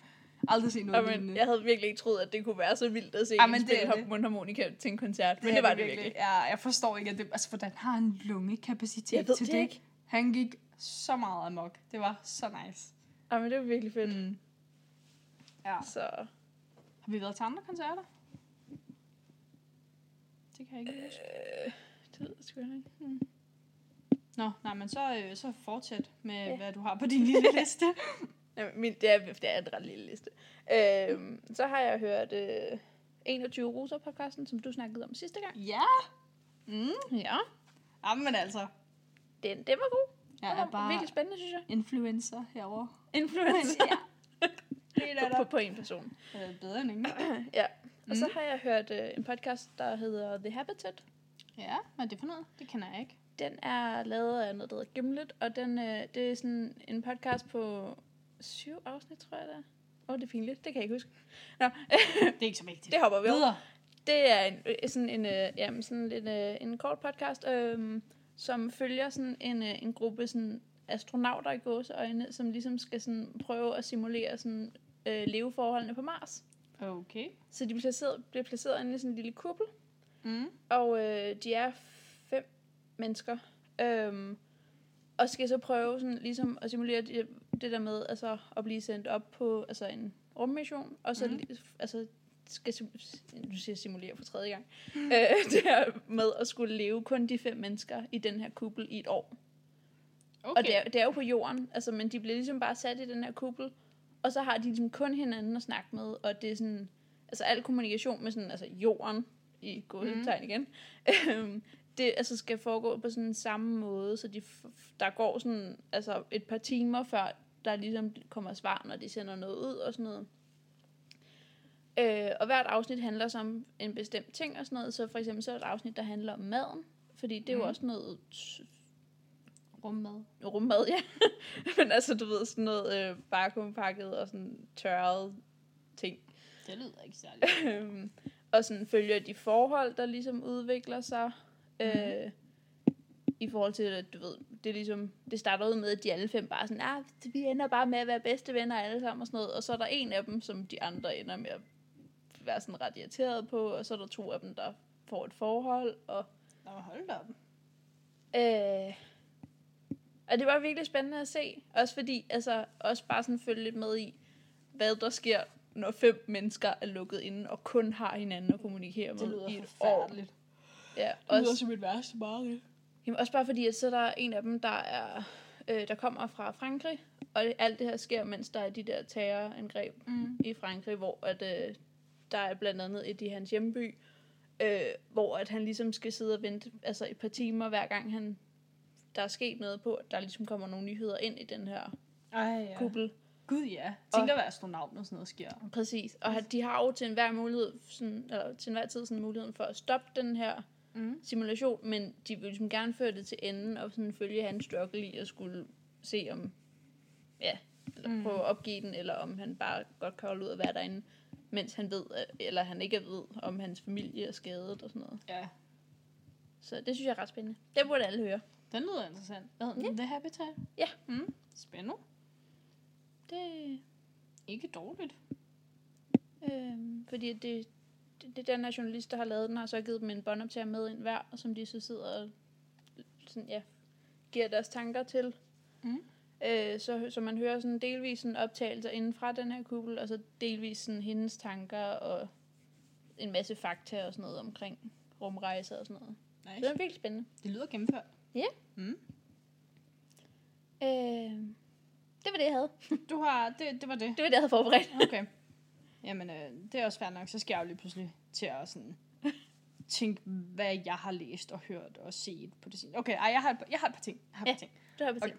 Aldrig set noget Jamen, jeg havde virkelig ikke troet, at det kunne være så vildt at se Ja, ja, en men det spille er hop det. mundharmonika til en koncert. Men det, er var det virkelig. Ja, jeg forstår ikke, at det, altså, hvordan har han lungekapacitet Jeg ved til det det? ikke. Han gik så meget amok. Det var så nice. Ja, men det var virkelig fedt. Mm. Ja. Så Har vi været til andre koncerter? Det kan jeg ikke huske. øh, det ved jeg sgu ikke. Nå, nej, men så, øh, så fortsæt med, ja. hvad du har på din lille liste. Jamen, min, det, er, det er en ret lille liste. Øhm, så har jeg hørt øh, 21 roser podcasten, som du snakkede om sidste gang. ja. Mm. Ja. Jamen altså. Den, den var god. Jeg Den er var bare... bare virkelig spændende, synes jeg. influencer [laughs] herovre. [laughs] Influencer. Ja. Det er på, da på, på en person. øh, bedre end ingen. Ja. Og mm. så har jeg hørt øh, en podcast, der hedder The Habitat. Ja, hvad er det for noget? Det kender jeg ikke. Den er lavet af noget, der hedder Gimlet, og den, øh, det er sådan en podcast på syv afsnit, tror jeg det er. Åh, oh, det er pinligt, det kan jeg ikke huske. Nå, [laughs] Det er ikke så vigtigt. det hopper vi over. Videre. Det er en, øh, sådan en, øh, jamen, sådan en, øh, en kort podcast, øh, som følger sådan en, øh, en gruppe sådan astronauter i gåseøjne, som ligesom skal sådan prøve at simulere sådan, øh, leveforholdene på Mars. Okay. Så de bliver placeret, bliver placeret inde i sådan en lille kuppel, Mm. og øh, de er fem mennesker. Øhm, og skal så prøve sådan, ligesom at simulere det, det der med altså, at blive sendt op på altså, en rummission. Og så Mhm. mm. altså, skal sim- nu siger jeg simulere for tredje gang. [laughs] øh, det her med at skulle leve kun de fem mennesker i den her kuppel i et år. Okay. Okay. Og det er, det er jo på jorden, altså, men de bliver ligesom bare sat i den her kuppel, og så har de ligesom kun hinanden at snakke med, og det er sådan, altså al kommunikation med sådan, altså jorden, i gåsetegn mm. igen, øhm, det altså skal foregå på sådan samme måde, så de, f- der går sådan, altså et par timer før, der ligesom kommer svar, når de sender noget ud og sådan noget. Øh, og hvert afsnit handler så om en bestemt ting og sådan noget, så for eksempel så er der et afsnit, der handler om maden, fordi det er jo Mhm. også noget t- rummad. rummad, ja. [laughs] Men altså, du ved, sådan noget øh, vakuumpakket og sådan tørret ting. Det lyder ikke særlig. Øhm, og sådan følger de forhold, der ligesom udvikler sig. Øh, I forhold til, at du ved, det, er ligesom, det starter ud med, at de alle fem bare er sådan, ah, vi ender bare med at være bedste venner alle sammen og sådan noget. Og så er der en af dem, som de andre ender med at være sådan ret irriteret på, og så er der to af dem, der får et forhold. Og, Nå, hold da op. øh, og det var virkelig spændende at se. Også fordi, altså, også bare sådan følge lidt med i, hvad der sker, når fem mennesker er lukket inde og kun har hinanden at kommunikere Det med i lyder et år. forfærdeligt. Ja, Det lyder som et værste mareridt. Jamen også bare fordi, at så er der en af dem, der, er, øh, der kommer fra Frankrig, og det, alt det her sker, mens der er de der terrorangreb mm. i Frankrig, hvor at, øh, der er blandt andet et i hans hjemby, øh, hvor at han ligesom skal sidde og vente altså et par timer, hver gang han, der er sket noget på, at der ligesom kommer nogle nyheder ind i den her Ej, ja. kuppel. Gud, ja. Tænk at være astronaut, når sådan noget sker. Præcis, og han- de har jo til enhver, mulighed, sådan, eller til enhver tid sådan, muligheden for at stoppe den her mm. simulation, men de vil ligesom gerne føre det til enden og sådan følge hans struggle i at skulle se om, ja, eller mm. prøve at opgive den, eller om han bare godt kan holde ud at være derinde, mens han ved, at- eller han ikke ved, om hans familie er skadet og sådan noget. Ja. Så det synes jeg er ret spændende. Det burde alle høre. Den lyder interessant. Hvad hedder den? Yeah. The Habitat? Ja. Mm. Spændende. Det, Ikke dårligt. Øhm, fordi det, det, det den her journalist, der har lavet den, har så givet dem en båndoptager med ind hver, og som de så sidder og sådan, ja, giver deres tanker til. Mm. Øh, så, så man hører sådan delvis sådan optagelser inden fra den her kuppel, og så delvis sådan hendes tanker og en masse fakta og sådan noget omkring rumrejser og sådan noget. Så det er virkelig spændende. Det lyder gennemført. Øh, det var det, jeg havde. Du har... Det, det var det. Det var det, jeg havde forberedt. [laughs] Okay. Jamen, øh, det er også fair nok. Så skal jeg jo lige pludselig til at sådan [laughs] tænke, hvad jeg har læst og hørt og set på det seneste. Okay, ej, jeg har et, par- jeg har et par ting. Jeg har et par Ja. ting. Det har jeg okay. Okay.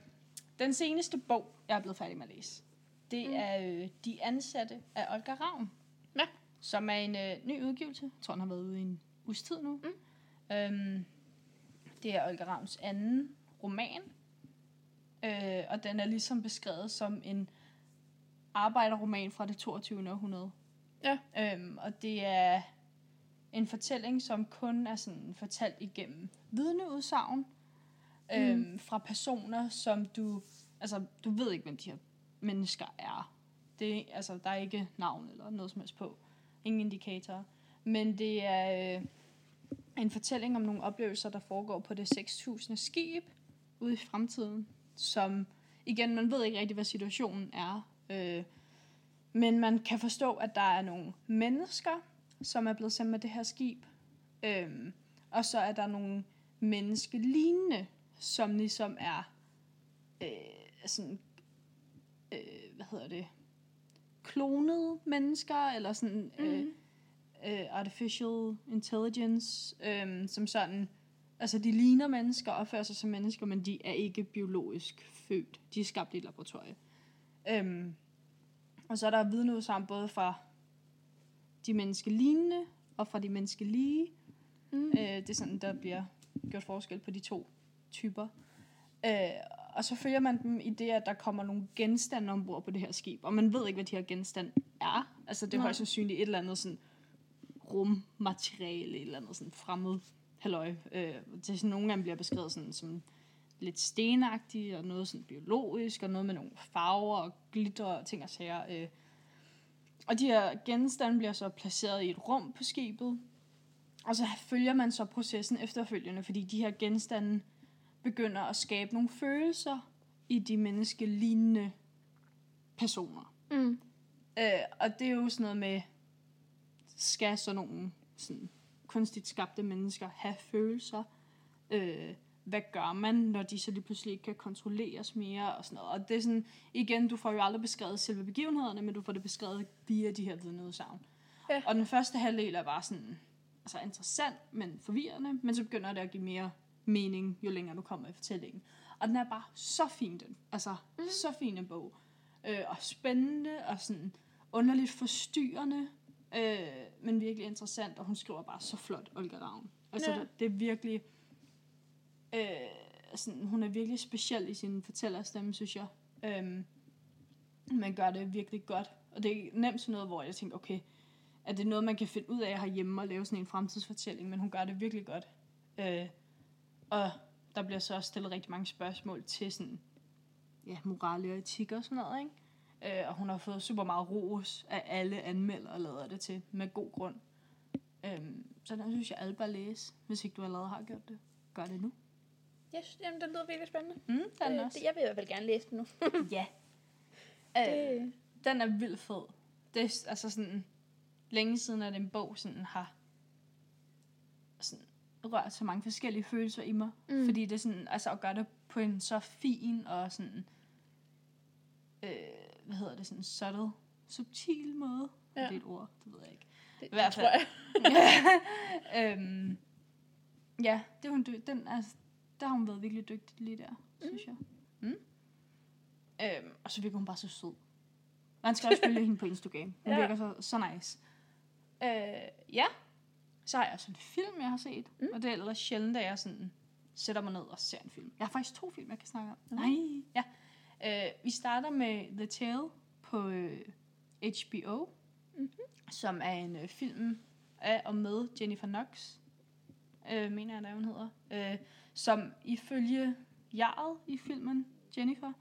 Den seneste bog, jeg er blevet færdig med at læse, det mm. er øh, De Ansatte af Olga Ravn. Ja. Som er en øh, ny udgivelse. Jeg tror, den har været ude i en uges tid nu. Mm. Øhm, det er Olga Ravns anden roman. Øh, og den er ligesom beskrevet som en arbejderroman fra det 22. århundrede. Ja. Øhm, og det er en fortælling, som kun er sådan fortalt igennem vidneudsagn øhm, fra personer, som du... Altså, du ved ikke, hvem de her mennesker er. Det, er- altså, der er ikke navn eller noget som helst på. Ingen indikatorer. Men det er øh, en fortælling om nogle oplevelser, der foregår på det 6.000. skib ude i fremtiden, som... Igen, man ved ikke rigtig, hvad situationen er. Øh, men man kan forstå, at der er nogle mennesker, som er blevet sendt med det her skib. Øhm, og så er der nogle menneskelignende, som ligesom er øh, sådan, øh, hvad hedder det, klonede mennesker, eller sådan øh, øh, artificial intelligence, øh, som sådan, altså de ligner mennesker, opfører sig som mennesker, men de er ikke biologisk født. De er skabt i et laboratorie. Øh, og så er der vidneudsagn både fra de menneskelignende og fra de menneskelige. Mm. Øh, det er sådan, der bliver gjort forskel på de to typer. Øh, og så følger man dem i det, at der kommer nogle genstande ombord på det her skib. Og man ved ikke, hvad de her genstande er. Altså, det er højst sandsynligt et eller andet sådan rummateriale, et eller andet sådan fremmed halløj. Øh, det er sådan, nogle gange bliver beskrevet sådan, som lidt stenagtige, og noget sådan biologisk, og noget med nogle farver og glitter og ting og sager. Øh. Og de her genstande bliver så placeret i et rum på skibet, og så følger man så processen efterfølgende, fordi de her genstande begynder at skabe nogle følelser i de menneskelignende personer. Mm. Øh, og det er jo sådan noget med, skal sådan nogle sådan, kunstigt skabte mennesker have følelser? Øh, hvad gør man, når de så lige pludselig ikke kan kontrolleres mere? Og, sådan noget. og det er sådan, igen, du får jo aldrig beskrevet selve begivenhederne, men du får det beskrevet via de her vidneudsagn. Ja. Og den første halvdel er bare sådan, altså interessant, men forvirrende, men så begynder det at give mere mening, jo længere du kommer i fortællingen. Og den er bare så fin, den. Altså, mm. så fin en bog. Øh, og spændende, og sådan underligt forstyrrende, øh, men virkelig interessant, og hun skriver bare så flot, Olga Ravn. Altså, Ja. ja. det, det er virkelig... Øh, sådan, hun er virkelig speciel i sin fortællerstemme, synes jeg. Øhm, man gør det virkelig godt. Og det er nemt sådan noget, hvor jeg tænker, okay, er det noget, man kan finde ud af herhjemme og lave sådan en fremtidsfortælling, men hun gør det virkelig godt. Øh, og der bliver så også stillet rigtig mange spørgsmål til sådan, ja, moral og etik og sådan noget, ikke? Øh, og hun har fået super meget ros af alle anmeldere, lader det til, med god grund. Øhm, så den synes jeg, alle bør læse, hvis ikke du allerede har gjort det. Gør det nu. Jeg synes, jamen, det lyder virkelig spændende. Mm, den Øh, også. det, jeg vil i hvert fald gerne læse den nu. Ja. Øh, den er vildt fed. Det er s- altså sådan, længe siden, at en bog sådan har sådan, rørt så mange forskellige følelser i mig. Mm. Fordi det er sådan, altså at gøre det på en så fin og sådan, øh, hvad hedder det, sådan subtle, subtil måde. Ja. Ja. Det er et ord, det ved jeg ikke. Det, I hvert tror jeg. [laughs] øhm, ja, det er hun dy- den er, der har hun været virkelig dygtig lige der, mm. synes jeg. Mm. Øhm, og så virker hun bare så sød. Man skal også [laughs] følge hende på Instagram. Hun Ja. ja. virker så, så nice. Øh, ja, så har jeg også en film, jeg har set. Mm. Og det er ellers sjældent, at jeg sådan sætter mig ned og ser en film. Jeg har faktisk to film, jeg kan snakke om. Mm. Nej. Ja. Øh, vi starter med The Tale på øh, HBO, mm-hmm. som er en øh, film af og med Jennifer Knox, øh, mener jeg, der hun hedder, øh, som ifølge Jarl i filmen, Jennifer,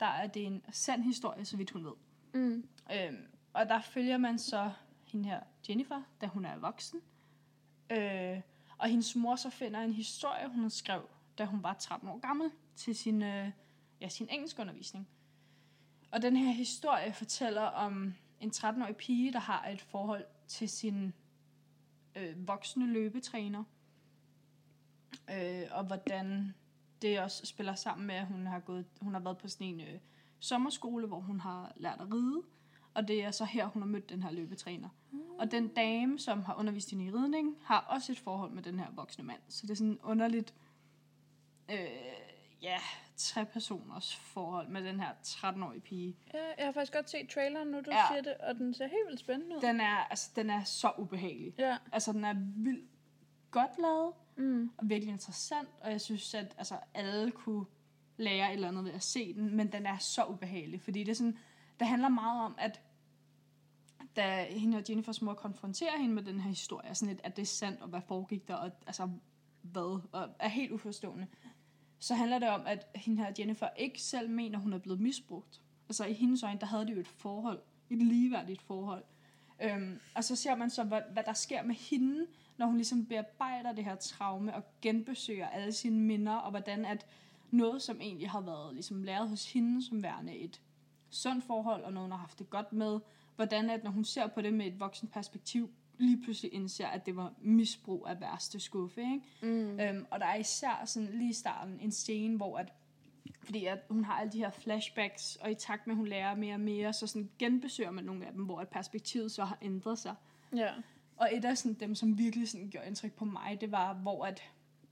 der er det en sand historie, så vidt hun ved. Mm. Øhm, og der følger man så hende her, Jennifer, da hun er voksen. Øh, og hendes mor så finder en historie, hun skrev, da hun var 13 år gammel, til sin, øh, ja, sin engelskundervisning. Og den her historie fortæller om en 13-årig pige, der har et forhold til sin øh, voksne løbetræner. Øh, og hvordan det også spiller sammen med, at hun har, gået, hun har været på sådan en øh, sommerskole, hvor hun har lært at ride. Og det er så her, hun har mødt den her løbetræner. Mm. Og den dame, som har undervist hende i ridning, har også et forhold med den her voksne mand. Så det er sådan underligt, øh, ja, tre personers forhold med den her 13-årige pige. Ja, jeg har faktisk godt set traileren nu, du ja. Ja. siger det, og den ser helt vildt spændende ud. Den er, altså, den er så ubehagelig. Ja. Altså, den er vildt godt lavet, Mm. og virkelig interessant, og jeg synes, at altså, alle kunne lære et eller andet ved at se den, men den er så ubehagelig, fordi det, er sådan, det handler meget om, at da hende og Jennifers mor konfronterer hende med den her historie, og sådan lidt, at det er sandt, og hvad foregik der, og altså hvad, og er helt uforstående, så handler det om, at hende her Jennifer ikke selv mener, hun er blevet misbrugt. Altså i hendes øjne, der havde de jo et forhold, et ligeværdigt forhold. Øhm, og så ser man så, hvad, hvad der sker med hende, når hun ligesom bearbejder det her traume og genbesøger alle sine minder, og hvordan at noget, som egentlig har været ligesom læret hos hende som værende et sundt forhold, og noget, hun har haft det godt med, hvordan at når hun ser på det med et voksen perspektiv, lige pludselig indser, at det var misbrug af værste skuffe. Ikke? Mm. Øhm, og der er især sådan lige i starten en scene, hvor at fordi at hun har alle de her flashbacks, og i takt med, at hun lærer mere og mere, så sådan genbesøger man nogle af dem, hvor at perspektivet så har ændret sig. Ja. Og et af sådan, dem, som virkelig sådan, gjorde indtryk på mig, det var, hvor at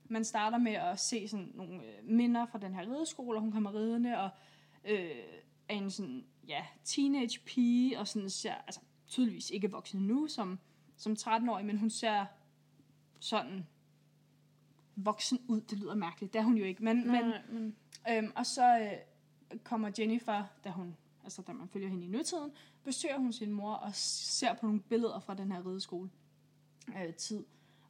man starter med at se sådan nogle øh, minder fra den her rideskole, og hun kommer ridende, og øh, er en sådan, ja, teenage pige, og sådan ser, altså tydeligvis ikke voksen nu, som, som 13-årig, men hun ser sådan voksen ud, det lyder mærkeligt, det er hun jo ikke, men, men Nej, men... Øhm, og så øh, kommer Jennifer, da hun, altså da man følger hende i nutiden, besøger hun sin mor og ser på nogle billeder fra den her rideskole øh, tid.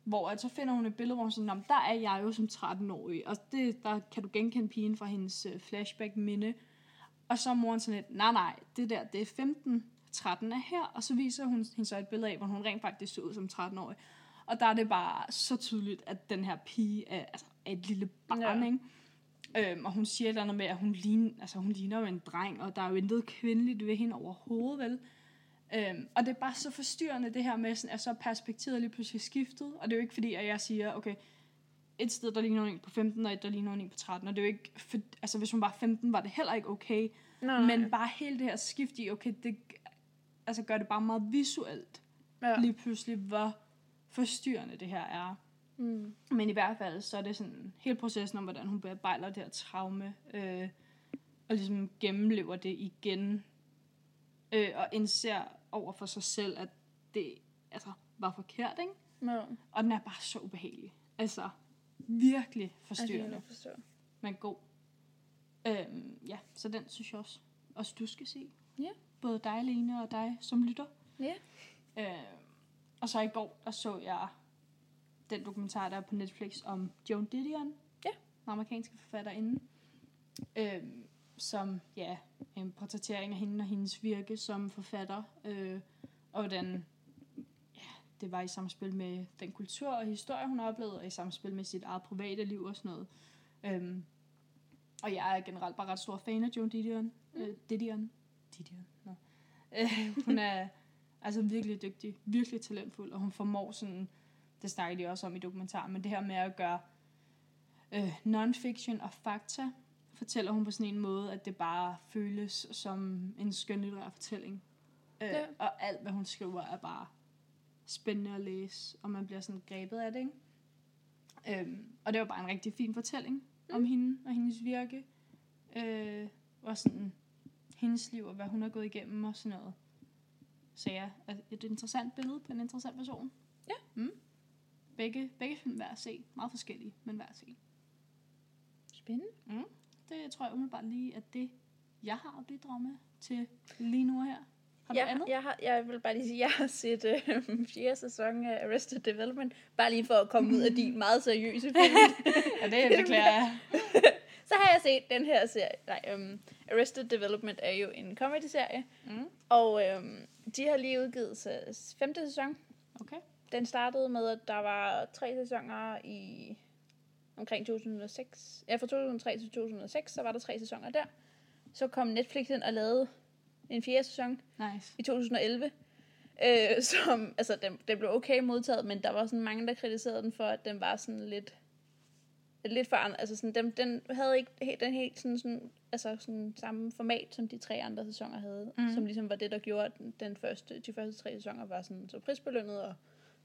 Hvor at så finder hun et billede, hvor hun sådan, "Nå, men der er jeg jo som 13-årig, og det, der kan du genkende pigen fra hendes øh, flashback-minde. Og så er moren sådan lidt, nej nej, det der, det er 15, 13 er her, og så viser hun hende så et billede af, hvor hun rent faktisk så ud som 13-årig. Og der er det bare så tydeligt, at den her pige er, altså, er et lille barn, Ja. ja. ikke? Øhm, og hun siger et eller andet med, at hun ligner, altså, hun ligner jo en dreng, og der er jo intet kvindeligt ved hende overhovedet, vel? Øhm, og det er bare så forstyrrende, det her med, sådan, at så er perspektivet lige pludselig skiftet. Og det er jo ikke fordi, at jeg siger, okay, et sted, der ligner en på 15, og et, der ligner en på 13. Og det er jo ikke, for, altså hvis hun var 15, var det heller ikke okay. Nej, Men bare hele det her skift i, okay, det altså, gør det bare meget visuelt ja. lige pludselig, hvor forstyrrende det her er. Mm. Men i hvert fald, så er det sådan hele processen om, hvordan hun bearbejder det her traume, øh, og ligesom gennemlever det igen, øh, og indser over for sig selv, at det altså, var forkert, ikke? Ja. Og den er bare så ubehagelig. Altså, virkelig Altså, jeg forstyrrende, kan godt forstå. men god. Øhm, ja, så den synes jeg også, også du skal se. Ja. Både dig, Lene, og dig som lytter. Ja. Øh, og så i går, der så jeg den dokumentar, der er på Netflix om Joan Didion. Ja. amerikanske forfatterinde, øh, som ja, en portrættering af hende og hendes virke som forfatter, øh, og hvordan ja, det var i samspil med den kultur og historie, hun oplevede, og i samspil med sit eget private liv og sådan noget. Øhm, og jeg er generelt bare ret stor fan af Joan Didion. Mm. Øh, Didion. Didion. No. Øh, hun er altså virkelig dygtig, virkelig talentfuld, og hun formår sådan, det snakker de også om i dokumentaren, men det her med at gøre øh, non-fiction og fakta, fortæller hun på sådan en måde, at det bare føles som en skønlitterær fortælling. Øh, Ja. ja. Og alt, hvad hun skriver, er bare spændende at læse, og man bliver sådan grebet af det, ikke? Øhm, og det var bare en rigtig fin fortælling mm. om hende og hendes virke. Øh, og sådan hendes liv og hvad hun har gået igennem og sådan noget. Så ja, er et interessant billede på en interessant person. Ja. Mm. Begge, begge film værd at se. Meget forskellige, men værd at se. Spændende. Det tror jeg umiddelbart lige, at det jeg har at bidrage med til lige nu og her. Har du jeg, andet? Jeg, har, jeg vil bare lige sige, at jeg har set øh, [laughs] fjerde sæson af Arrested Development, bare lige for at komme ud af din meget seriøse film. Ja, det beklager jeg. Så har jeg set den her serie. Nej, øhm, Arrested Development er jo en comedy-serie, Mm. og øhm, de har lige udgivet sig femte sæson. Okay. Den startede med, at der var tre sæsoner i omkring 2006. Ja, fra 2003 til 2006, så var der tre sæsoner der. Så kom Netflix ind og lavede en fjerde sæson, Nice. i 2011. Øh, [laughs] som, altså, den, den blev okay modtaget, men der var sådan mange, der kritiserede den for, at den var sådan lidt, lidt for andre. Altså, sådan, den, den havde ikke helt, den helt sådan, sådan, altså, sådan samme format, som de tre andre sæsoner havde. Mhm. Mm. Som ligesom var det, der gjorde, at den, den første, de første tre sæsoner var sådan, så prisbelønnet og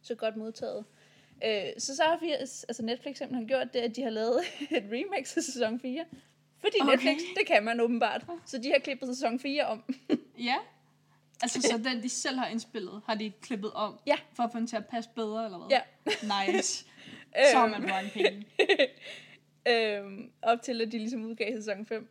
så godt modtaget. Øh, så så har vi, altså Netflix simpelthen gjort det, at de har lavet [laughs] et remix af sæson 4. Fordi okay. Okay. Netflix, det kan man åbenbart. Så de har klippet sæson 4 om. Ja. Altså, så den, de selv har indspillet, har de klippet om? Ja. For at få den til at passe bedre, eller hvad? Ja. [laughs] Nice. Så har man mange penge. øhm, op til, at de ligesom udgav sæson 5.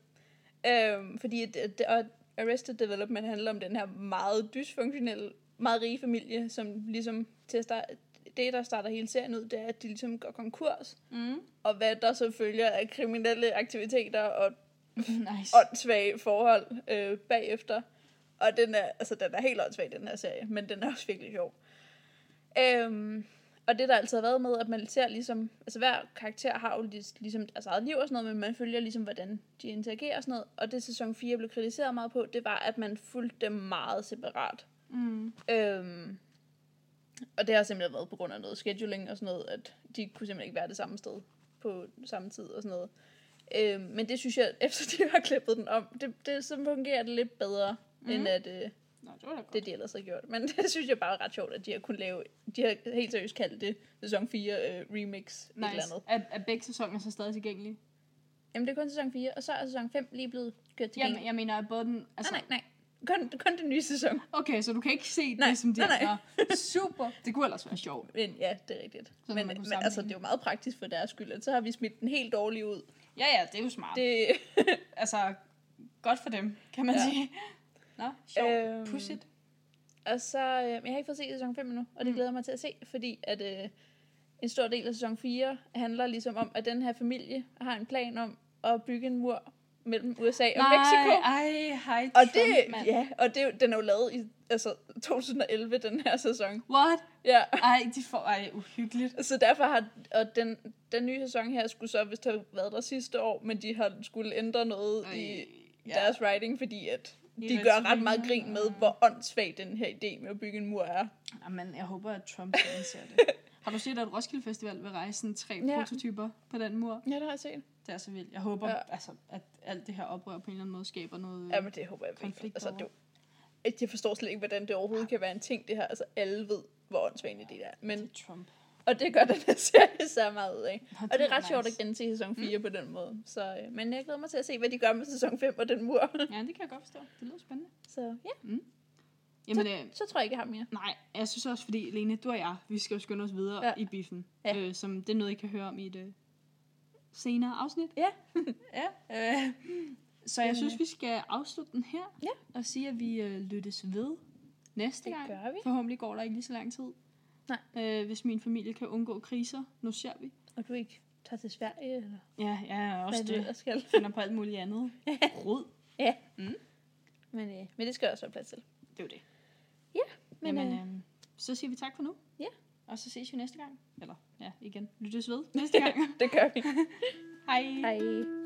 Øhm, fordi at, at, og Arrested Development handler om den her meget dysfunktionelle, meget rige familie, som ligesom til at starte, det, der starter hele serien ud, det er, at de ligesom går konkurs. Mm. Og hvad der så følger af kriminelle aktiviteter og Nice. åndssvage forhold øh, bagefter. Og den er, altså, den er helt åndssvag, den her serie, men den er også virkelig sjov. Øhm, og det der altid har været med, at man ser ligesom, altså hver karakter har jo lis- ligesom deres eget liv og sådan noget, men man følger ligesom, hvordan de interagerer og sådan noget. Og det sæson 4 blev kritiseret meget på, det var, at man fulgte dem meget separat. Mm. Øhm, og det har simpelthen været på grund af noget scheduling og sådan noget, at de kunne simpelthen ikke være det samme sted på samme tid og sådan noget. Øhm, men det synes jeg, [laughs] efter de har klippet den om, det, det så fungerer det lidt bedre, mm. Mhm. end at øh, Nå, det var da godt. det de ellers har gjort. Men [laughs] det synes jeg bare er ret sjovt, at de har kunnet lave, de har helt seriøst kaldt det sæson 4 øh, remix nice. et eller nice. andet. Er, er begge sæsoner så stadig tilgængelige? Jamen det er kun sæson 4, og så er sæson 5 lige blevet kørt til Ah, Jamen, jeg mener, at både den... Altså, nej, nej, nej. Kun, kun den nye sæson. Okay, så du kan ikke se Nej, det som de nej, [laughs] nej. andre. Super. Det kunne ellers være sjovt. Men ja, det er rigtigt. man men kunne men sammenligne. altså, det er jo meget praktisk for deres skyld, at så har vi smidt den helt dårlige ud. Ja, ja, det er jo smart. Det... Det, Altså, godt for dem, kan man Ja. ja. sige. [laughs] Nå, sjovt. Øhm. Øhm... Pudsigt. og så, øh, jeg har ikke fået set sæson 5 endnu, og det glæder jeg mig til at se, fordi at øh, en stor del af sæson 4 handler ligesom om, at den her familie har en plan om at bygge en mur mellem USA og Mexico. ej, hej, Og Trump, det, mand. ja, og det, er jo- den er jo lavet i altså, 2011, den her sæson. What? Ja. Ej, de får... Ej, uhyggeligt. Så derfor har og den, den nye sæson her skulle så vist have været der sidste år, men de har skulle ændre noget Ej, i ja. ja. deres writing, fordi at I de gør ret retorikken, meget grin med, hvor åndssvag den her idé med at bygge en mur er. Jamen, jeg håber, at [laughs] Trump indser det. Har du set, at Roskilde Festival vil rejse sådan tre Ja. ja. prototyper på den mur? Ja, det har jeg set. Det er så vildt. Jeg håber, Ja. ja. altså, at alt det her oprør på en eller anden måde skaber noget... Ja, men det håber jeg virkelig. Konflikt Altså, det, over. er jo- at jeg forstår slet ikke, hvordan det overhovedet kan være en ting, det her. Altså, alle ved, hvor åndssvag en idé det er. Men, øh, Trump. og det gør den her serie så meget ud af. Nå, Og det det er er ret sjovt at nice. gense sæson 4 mm. på den måde. Så, øh, men jeg glæder mig til at se, hvad de gør med sæson 5 og den mur. [laughs] Ja, det kan jeg godt forstå. Det lyder spændende. så ja, Jamen, øh, så tror jeg ikke, jeg har mere. Nej, jeg synes også, fordi Lene, du og jeg, vi skal jo skynde os videre Ja. ja. i biffen. Ja. Ja. Øh, som det er noget, I kan høre om i et øh, senere afsnit. Ja. ja. Øh, så jeg synes, vi skal afslutte den her. Ja. Og sige, at vi øh, lyttes ved næste Det gang. gør vi. Forhåbentlig går der ikke lige så lang tid. Nej. Øh, hvis min familie kan undgå kriser. Nu ser vi. Og du ikke tager til Sverige, eller Ja, ja, og også hvad du ellers det. skal. Finder på alt muligt [laughs] andet. Rod. Ja. Mm. Men, øh, men det skal der også være plads til. Det er jo det. Men, Jamen, Jamen, øh, øh, så siger vi tak for nu. ja. Og så [laughs] ses vi næste gang. Eller, ja, igen. Lyttes ved næste gang. det gør vi. Hej. Hej.